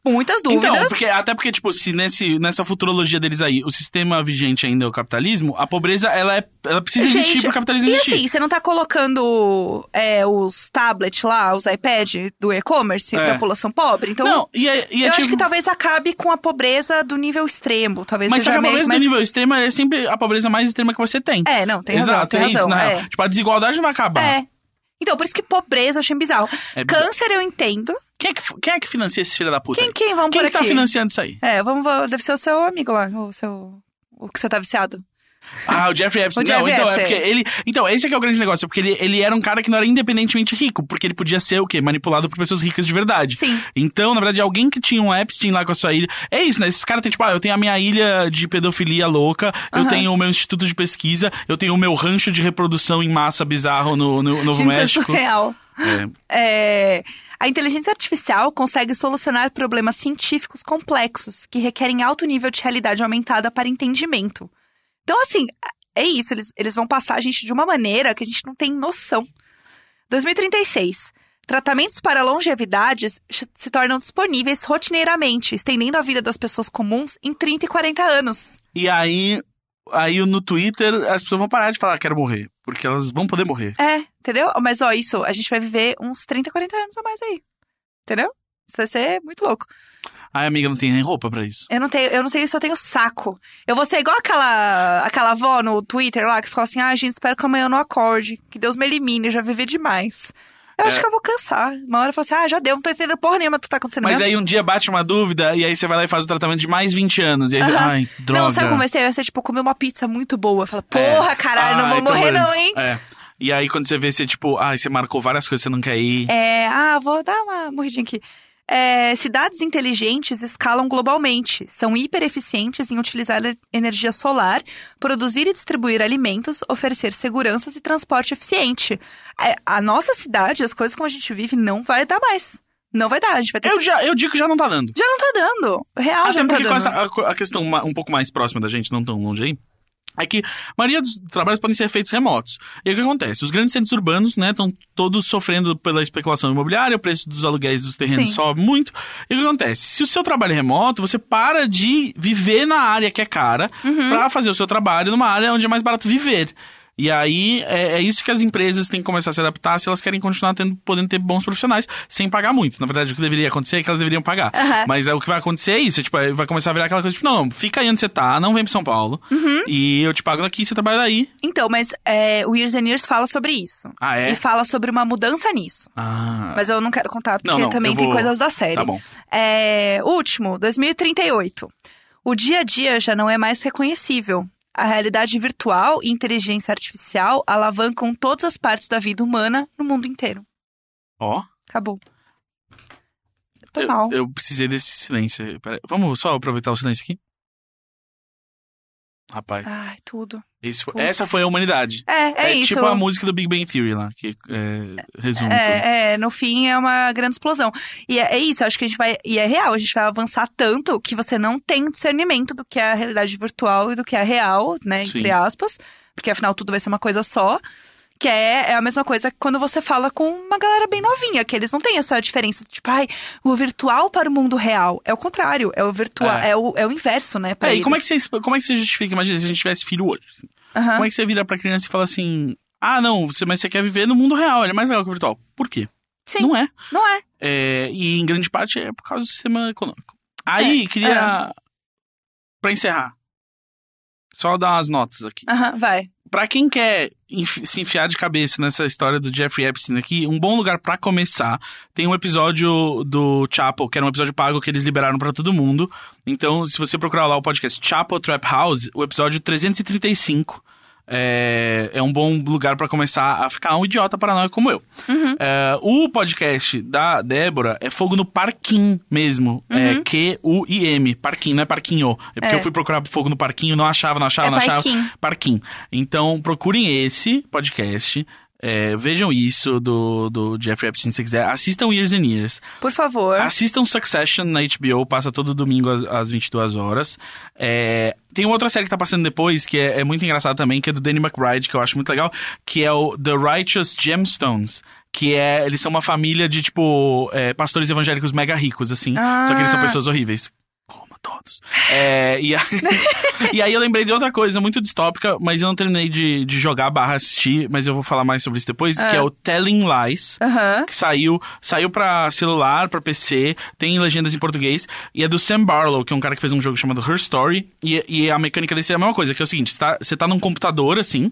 A: Muitas dúvidas.
B: Então, porque, até porque, tipo, se nesse, nessa futurologia deles aí, o sistema vigente ainda é o capitalismo, a pobreza, ela, é, ela precisa existir
A: Gente,
B: pro capitalismo
A: E
B: existir.
A: assim, você não tá colocando é, os tablets lá, os iPad do e-commerce
B: É.
A: pra população pobre? Então,
B: não, e é, e é
A: eu
B: tipo...
A: acho que talvez acabe com a pobreza do nível extremo. Talvez
B: Mas só
A: seja
B: que a
A: meio-
B: pobreza
A: mas-
B: do nível extremo é sempre a pobreza mais extrema que você tem.
A: É, não, tem razão,
B: Exato,
A: tem
B: é
A: razão.
B: isso, na
A: é.
B: real. Tipo, a desigualdade não vai acabar.
A: É. Então, por isso que pobreza eu achei bizarro.
B: É bizarro.
A: Câncer eu entendo.
B: Quem é, que, quem é que financia esse filho da puta?
A: Quem,
B: aí?
A: quem? Vamos
B: Quem
A: por
B: que tá
A: aqui.
B: financiando isso aí?
A: É, vamos, vamos- deve ser o seu amigo lá, o seu... O que você tá viciado.
B: Ah, o Jeffrey Epstein.
A: <laughs> O Jeffrey
B: não, então,
A: Epstein.
B: é porque ele. Então, esse é que é o grande negócio, porque ele, ele era um cara que não era independentemente rico, porque ele podia ser o quê? Manipulado por pessoas ricas de verdade.
A: Sim.
B: Então, na verdade, alguém que tinha um Epstein lá com a sua ilha. É isso, né? Esses caras têm, tipo, ah, eu tenho a minha ilha de pedofilia louca, eu
A: Aham.
B: tenho o meu instituto de pesquisa, eu tenho o meu rancho de reprodução em massa bizarro no, no Novo
A: Gente, isso é
B: México.
A: surreal.
B: É.
A: É, a inteligência artificial consegue solucionar problemas científicos complexos que requerem alto nível de realidade aumentada para entendimento. Então, assim, é isso. Eles, eles vão passar a gente de uma maneira que a gente não tem noção. 2036. Tratamentos para longevidades ch- se tornam disponíveis rotineiramente, estendendo a vida das pessoas comuns em 30 e 40 anos.
B: E aí, aí no Twitter, as pessoas vão parar de falar quero morrer, porque elas vão poder morrer.
A: É, entendeu? Mas, ó, isso, a gente vai viver uns 30, 40 anos a mais aí. Entendeu? Isso vai ser muito louco.
B: Ai, amiga, não tem nem roupa pra isso.
A: Eu não tenho, eu não tenho isso, eu tenho saco. Eu vou ser igual aquela, aquela avó no Twitter lá que ficou assim: ah, gente, espero que amanhã eu não acorde, que Deus me elimine, eu já vivi demais. Eu acho
B: É.
A: que eu vou cansar. Uma hora eu falo assim: ah, já deu, não tô entendendo porra nenhuma do que tá acontecendo
B: Mas
A: mesmo.
B: aí um dia bate uma dúvida e aí você vai lá e faz o tratamento de mais 20 anos. E aí,
A: Aham.
B: ai, droga. É.
A: Não, sabe como vai ser? Vai ser tipo comer uma pizza muito boa. Fala, porra, caralho, não
B: Ai,
A: vou
B: tô
A: morrer,
B: morrendo.
A: não, hein?
B: É. E aí quando você vê, você tipo, ai, você marcou várias coisas, que você não quer ir.
A: É, ah, vou dar uma morridinha aqui. É, cidades inteligentes escalam globalmente, são hipereficientes em utilizar e- energia solar, produzir e distribuir alimentos, oferecer seguranças e transporte eficiente. É, a nossa cidade, as coisas como a gente vive, não vai dar mais. Não vai dar, a gente vai ter...
B: Eu, já, eu digo que já não tá dando.
A: Já não tá dando. Real,
B: Até
A: já não tá
B: porque com
A: dando.
B: essa, a, co- a questão ma- um pouco mais próxima da gente, não tão longe aí, é que a maioria dos trabalhos podem ser feitos remotos. E aí o que acontece? Os grandes centros urbanos, né, estão todos sofrendo pela especulação imobiliária, o preço dos aluguéis dos terrenos
A: Sim.
B: sobe muito. E o que acontece? Se o seu trabalho é remoto, você para de viver na área que é cara
A: Uhum.
B: pra fazer o seu trabalho numa área onde é mais barato viver. E aí, é, é isso que as empresas têm que começar a se adaptar se elas querem continuar tendo, podendo ter bons profissionais sem pagar muito. Na verdade, o que deveria acontecer é que elas deveriam pagar.
A: Aham.
B: Mas é, o que vai acontecer é isso. é, tipo, é, vai começar a virar aquela coisa, tipo, não, fica aí onde você tá, não vem pra São Paulo.
A: Uhum.
B: E eu te pago daqui, você trabalha daí.
A: Então, mas é, o Years and Years fala sobre isso.
B: Ah, é?
A: E fala sobre uma mudança nisso.
B: Ah,
A: Mas eu não quero contar, porque
B: Não, não,
A: também
B: eu
A: tem
B: vou-
A: coisas da série.
B: tá bom.
A: É, último, 2038. O dia a dia já não é mais reconhecível. A realidade virtual e inteligência artificial alavancam todas as partes da vida humana no mundo inteiro.
B: Ó,
A: Acabou. Eu Tô
B: eu,
A: mal.
B: eu precisei desse silêncio. Pera aí, Vamos só aproveitar o silêncio aqui? Rapaz,
A: Ai, tudo.
B: isso-
A: Ah, putz.
B: essa foi a humanidade.
A: É, é, isso.
B: tipo a música do Big Bang Theory lá, que é, resume tudo.
A: É, é, no fim é uma grande explosão. E é, é isso, eu acho que a gente vai. E é real, a gente vai avançar tanto que você não tem discernimento do que é a realidade virtual e do que é real, né?
B: Sim.
A: Entre aspas. Porque afinal tudo vai ser uma coisa só. Que é, é a mesma coisa que quando você fala com uma galera bem novinha, que eles não têm essa diferença. Tipo, ai, o virtual para o mundo real. É o contrário, é o virtual, é,
B: É.
A: o, é o inverso, né? pra
B: É, e como é, que
A: eles.
B: você, como é que você justifica? Imagina se a gente tivesse filho hoje.
A: Aham.
B: Como é que você vira pra criança e fala assim: Ah, não, você, mas você quer viver no mundo real, ele é mais legal que o virtual. Por quê?
A: Sim,
B: Não é.
A: não é.
B: É, e em grande parte é por causa do sistema econômico. Aí, queria. pra encerrar. Só dar umas notas aqui.
A: Aham, vai.
B: Pra quem quer enf- se enfiar de cabeça nessa história do Jeffrey Epstein aqui, um bom lugar pra começar tem um episódio do Chapo, que era um episódio pago que eles liberaram pra todo mundo. Então, se você procurar lá o podcast Chapo Trap House, o episódio 335 é, é um bom lugar pra começar a ficar um idiota paranoico como eu.
A: Uhum.
B: É, o podcast da Débora é Fogo no Parquim mesmo. É Q-U-I-M. Parquim, não é parquinho. É porque
A: Uhum. É.
B: eu fui procurar Fogo no Parquinho, não achava, não achava,
A: É
B: não achava.
A: parquinho.
B: Parquim. Então, procurem esse podcast. é, vejam isso do, do Jeffrey Epstein, se quiser. Assistam Years and Years.
A: Por favor.
B: Assistam um Succession na HBO, passa todo domingo às, às 22 horas. É, tem outra série que tá passando depois, que é, é muito engraçada também, que é do Danny McBride, que eu acho muito legal, que é o The Righteous Gemstones. Que é, eles são uma família de, tipo, é, pastores evangélicos mega ricos, assim.
A: Ah.
B: Só que eles são pessoas horríveis. Como todos. É, e, aí, <laughs> e aí eu lembrei de outra coisa muito distópica, mas eu não terminei de, de jogar barra assistir, mas eu vou falar mais sobre isso depois, que é o Telling Lies
A: Ah. Aham.
B: que saiu, saiu para celular, para PC, tem legendas em português, e é do Sam Barlow, que é um cara que fez um jogo chamado Her Story, e, e a mecânica desse é a mesma coisa, que é o seguinte, você tá, você tá num computador, assim,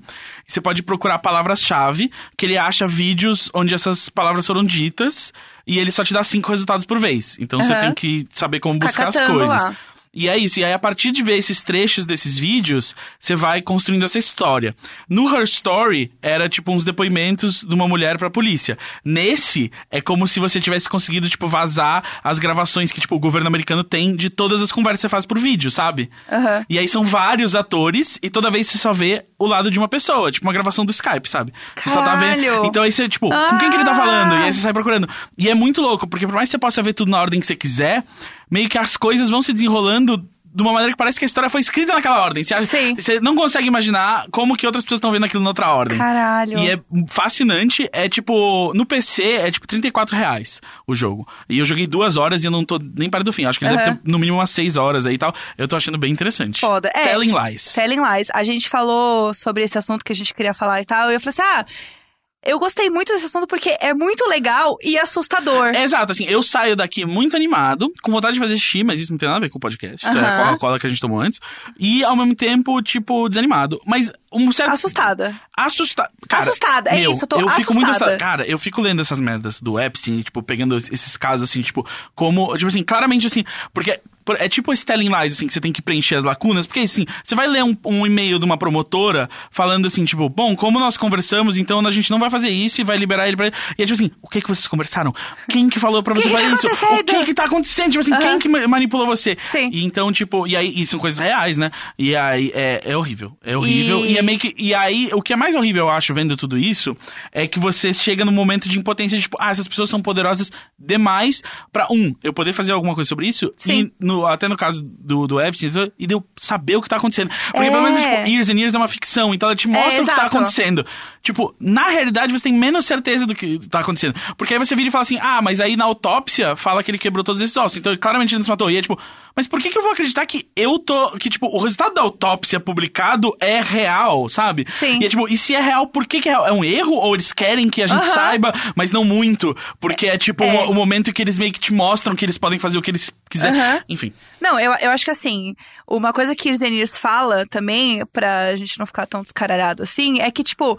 B: e você pode procurar palavras-chave, que ele acha vídeos onde essas palavras foram ditas, e ele só te dá cinco resultados por vez, então você
A: Aham.
B: tem que saber como buscar as
A: Cacatando
B: coisas.
A: lá.
B: E é isso. E aí, a partir de ver esses trechos desses vídeos, você vai construindo essa história. No Her Story, era tipo uns depoimentos de uma mulher pra polícia. Nesse, é como se você tivesse conseguido, tipo, vazar as gravações que, tipo, o governo americano tem de todas as conversas que você faz por vídeo, sabe?
A: Aham.
B: E aí são vários atores e toda vez você só vê o lado de uma pessoa, tipo uma gravação do Skype, sabe? Você só tá
A: Caralho!
B: vendo. Então aí você, tipo, com quem que ele tá
A: Ah!
B: falando? E aí você sai procurando. E é muito louco, porque por mais que você possa ver tudo na ordem que você quiser, meio que as coisas vão se desenrolando de uma maneira que parece que a história foi escrita naquela ordem. Você, acha-
A: Sim.
B: você não consegue imaginar como que outras pessoas estão vendo aquilo na outra ordem.
A: Caralho.
B: E é fascinante. É tipo, no PC é tipo 34 reais o jogo. E eu joguei duas horas e eu não tô nem parado do fim. Acho que ele deve
A: Aham.
B: ter no mínimo umas seis horas aí e tal. Eu tô achando bem interessante.
A: Foda. É.
B: Telling Lies.
A: Telling Lies. A gente falou sobre esse assunto que a gente queria falar e tal. E eu falei assim: ah, eu gostei muito desse assunto porque é muito legal e assustador.
B: É, Exato, assim, eu saio daqui muito animado, com vontade de fazer xixi, mas isso não tem nada a ver com o podcast. Isso é a
A: Aham.
B: Coca-Cola que a gente tomou antes. E ao mesmo tempo, tipo, desanimado. Mas um certo.
A: Assustada.
B: Assusta... Cara,
A: Assustada, é
B: meu,
A: isso, eu tô
B: eu fico muito
A: assustada.
B: assustada. Cara, eu fico lendo essas merdas do Epstein, e, tipo, pegando esses casos, assim, tipo, como, tipo assim, claramente, assim, porque por- é tipo esse telling lies, assim, que você tem que preencher as lacunas, porque, assim, você vai ler um, um e-mail de uma promotora falando, assim, tipo, bom, como nós conversamos, então a gente não vai fazer isso e vai liberar ele pra ele. E é, tipo assim, o que que vocês conversaram? Quem que falou pra
A: <laughs> que
B: você
A: que tá
B: fazer isso? O
A: acontecendo?
B: que que tá acontecendo? Tipo assim,
A: Aham.
B: quem que ma- manipulou você?
A: Sim.
B: E então, tipo, e aí, e são coisas reais, né? E aí, é, é horrível, é horrível, e,
A: E-
B: é meio que- e aí, o que é mais horrível, eu acho, vendo tudo isso, é que você chega num momento de impotência, de, tipo, ah, essas pessoas são poderosas demais pra, um, eu poder fazer alguma coisa sobre isso,
A: Sim.
B: e no- até no caso do, do Epstein, e de eu saber o que tá acontecendo. Porque
A: É.
B: pelo menos, tipo, Years and Years é uma ficção, então ela te mostra o que tá
A: exato.
B: acontecendo. Tipo, na realidade, você tem menos certeza do que tá acontecendo. Porque aí você vira e fala assim, ah, mas aí na autópsia fala que ele quebrou todos esses ossos, então ele claramente não se matou. E é tipo... Mas por que, que eu vou acreditar que eu tô. Que, tipo, o resultado da autópsia publicado é real, sabe?
A: Sim.
B: E é tipo, e se é real, por que, que é real? É um erro? Ou eles querem que a gente
A: Aham.
B: saiba, mas não muito? Porque é tipo
A: É.
B: o, o momento que eles meio que te mostram que eles podem fazer o que eles quiserem.
A: Aham.
B: Enfim.
A: Não, eu, eu acho que assim, uma coisa que Years and Years fala também, pra gente não ficar tão descaralhado assim, é que, tipo,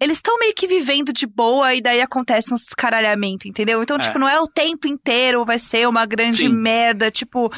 A: eles estão meio que vivendo de boa e daí acontece um descaralhamento, entendeu? Então,
B: É.
A: tipo, não é o tempo inteiro, vai ser uma grande
B: Sim.
A: merda, tipo.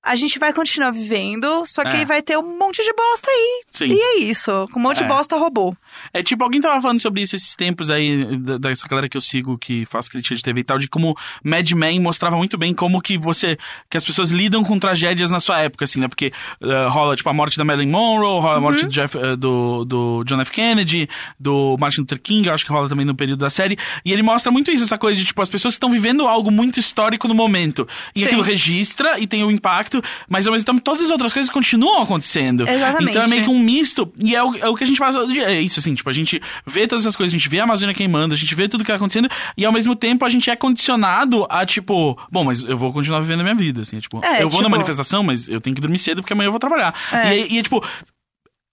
A: A gente vai continuar vivendo, só que
B: É.
A: aí vai ter um monte de bosta aí.
B: Sim.
A: E é isso. Com um monte
B: É.
A: de bosta robô.
B: É tipo, alguém tava falando sobre isso esses tempos aí, da- dessa galera que eu sigo, que faz crítica de TV e tal, de como Mad Men mostrava muito bem como que você, que as pessoas lidam com tragédias na sua época, assim, né? Porque eh, rola, tipo, a morte da Marilyn Monroe, rola a morte do, Jeff- eh, do, do John F. Kennedy, do Martin Luther King, eu acho que rola também no período da série, e ele mostra muito isso, essa coisa de, tipo, as pessoas que estão vivendo algo muito histórico no momento, e
A: Sim.
B: aquilo registra e tem o impacto, mas ao mesmo tempo todas as outras coisas continuam acontecendo.
A: Exatamente.
B: Então é meio que um misto. E é o, é o que a gente faz todo dia. É isso, assim, tipo, a gente vê todas essas coisas, a gente vê a Amazônia queimando, a gente vê tudo que tá acontecendo, e ao mesmo tempo a gente é condicionado a, tipo, bom, mas eu vou continuar vivendo a minha vida, assim, é, tipo,
A: É,
B: eu vou na
A: tipo-
B: manifestação, mas eu tenho que dormir cedo porque amanhã eu vou trabalhar.
A: É.
B: E, aí- e é tipo.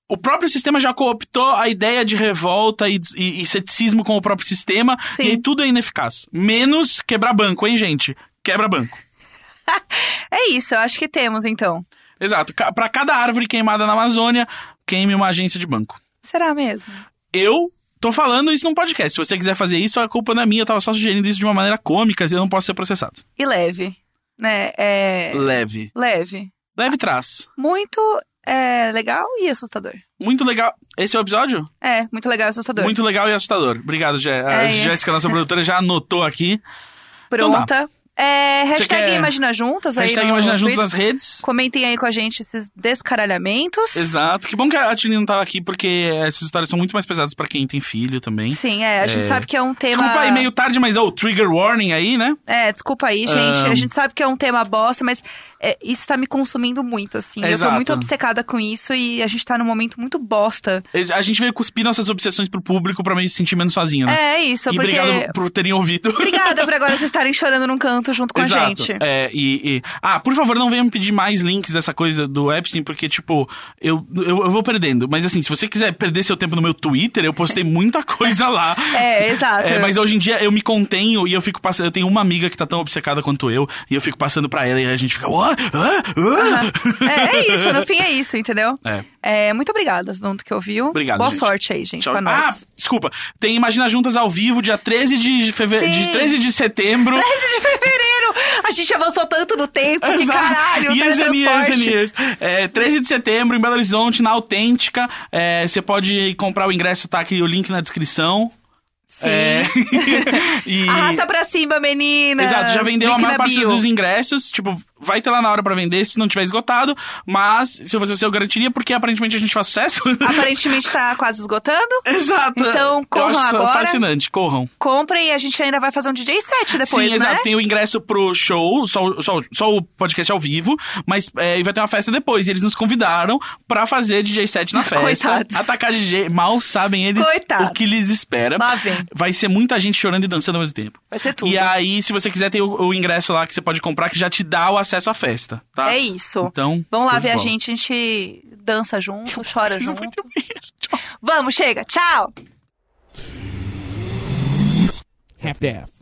B: O próprio sistema já cooptou a ideia de revolta e, e- e ceticismo com o próprio sistema,
A: Sim.
B: e aí tudo é ineficaz. Menos quebrar banco, hein, gente? Quebra banco.
A: É isso, eu acho que temos, então.
B: Exato. Ca- Pra cada árvore queimada na Amazônia, queime uma agência de banco.
A: Será mesmo?
B: eu tô falando isso num podcast. Se você quiser fazer isso, a culpa não é minha. Eu tava só sugerindo isso de uma maneira cômica e eu não posso ser processado.
A: E leve. Né? É.
B: Leve.
A: Leve.
B: Leve traz.
A: Muito é, legal e assustador.
B: Muito legal. Esse é o episódio?
A: É, muito legal e assustador.
B: Muito legal e assustador. Obrigado, Jé. A
A: É, é. <laughs>
B: Jéssica, nossa produtora, já anotou aqui.
A: Pronta. É,
B: Você
A: hashtag
B: quer-
A: Imagina Juntas aí.
B: Hashtag
A: no
B: Imagina Juntos
A: Twitter.
B: nas redes.
A: Comentem aí com a gente esses descaralhamentos.
B: Exato. Que bom que a Tilly não tava aqui, porque essas histórias são muito mais pesadas pra quem tem filho também.
A: Sim, é, a gente
B: É.
A: sabe que é um tema.
B: Desculpa aí, meio tarde, mas é o trigger warning aí, né?
A: É, desculpa aí, gente.
B: Ahn.
A: A gente sabe que é um tema bosta, mas é, isso tá me consumindo muito, assim. Eu
B: Exato.
A: tô muito obcecada com isso e a gente tá num momento muito bosta.
B: A gente veio cuspir nossas obsessões pro público pra meio se sentir menos sozinho, né?
A: É, isso,
B: e
A: porque.
B: obrigado por terem ouvido. <laughs>
A: Obrigada por agora vocês estarem chorando num canto junto com a
B: Exato.
A: gente.
B: É, e, e- Ah, por favor, não venha me pedir mais links dessa coisa do Epstein, porque, tipo, eu, eu, eu vou perdendo. Mas, assim, se você quiser perder seu tempo no meu Twitter, eu postei muita <laughs> coisa lá.
A: É, exato.
B: É, mas hoje em dia eu me contenho e eu fico passando. Eu tenho uma amiga que tá tão obcecada quanto eu, e eu fico passando pra ela e a gente fica. "Uá, ah, ah."
A: É, é isso,
B: <laughs>
A: no fim é isso, entendeu?
B: É.
A: muito obrigada, todo mundo que ouviu.
B: Obrigado,
A: Boa
B: gente.
A: sorte aí, gente,
B: Tchau.
A: pra
B: Ah,
A: nós.
B: desculpa. Tem Imagina Juntas ao vivo, dia 13 de fevereiro.
A: Sim.
B: De 13 de setembro.
A: 13 de fevereiro! A gente avançou tanto no tempo que
B: <laughs> Exato. é
A: caralho,
B: Years and years and
A: teletransporte.
B: years. É, 13 de setembro, em Belo Horizonte, na Autêntica. É, Você pode comprar o ingresso, tá aqui o link na descrição.
A: Sim. <laughs>
B: É, <laughs> e-
A: Arrasta pra cima, menina.
B: Exato, já vendeu a maior parte dos ingressos. Tipo, vai ter lá na hora pra vender se não tiver esgotado. Mas, se eu fosse você, eu garantiria, porque aparentemente a gente faz sucesso.
A: Aparentemente tá quase esgotando.
B: <laughs> Exato.
A: Então, corram
B: eu acho
A: agora.
B: fascinante, corram.
A: Comprem e a gente ainda vai fazer um DJ set depois,
B: Sim,
A: né?
B: exato. Tem o ingresso pro show, só, o- só, o- só o podcast ao vivo, mas é, e vai ter uma festa depois. E eles nos convidaram pra fazer DJ
A: <laughs>
B: set na festa.
A: Coitados.
B: Atacar DJ, mal sabem eles
A: Coitados.
B: o que lhes espera.
A: Lá vem.
B: Vai ser muita gente chorando e dançando ao mesmo tempo.
A: Vai ser tudo.
B: E aí, se você quiser, tem o, o ingresso lá que você pode comprar, que já te dá o acesso à festa, tá?
A: É isso.
B: Então,
A: Vamos lá
B: show de
A: ver a
B: bola.
A: gente, a gente dança junto, chora
B: Vocês não
A: junto.
B: vão entender.
A: Vamos, chega, tchau!
C: half-daff.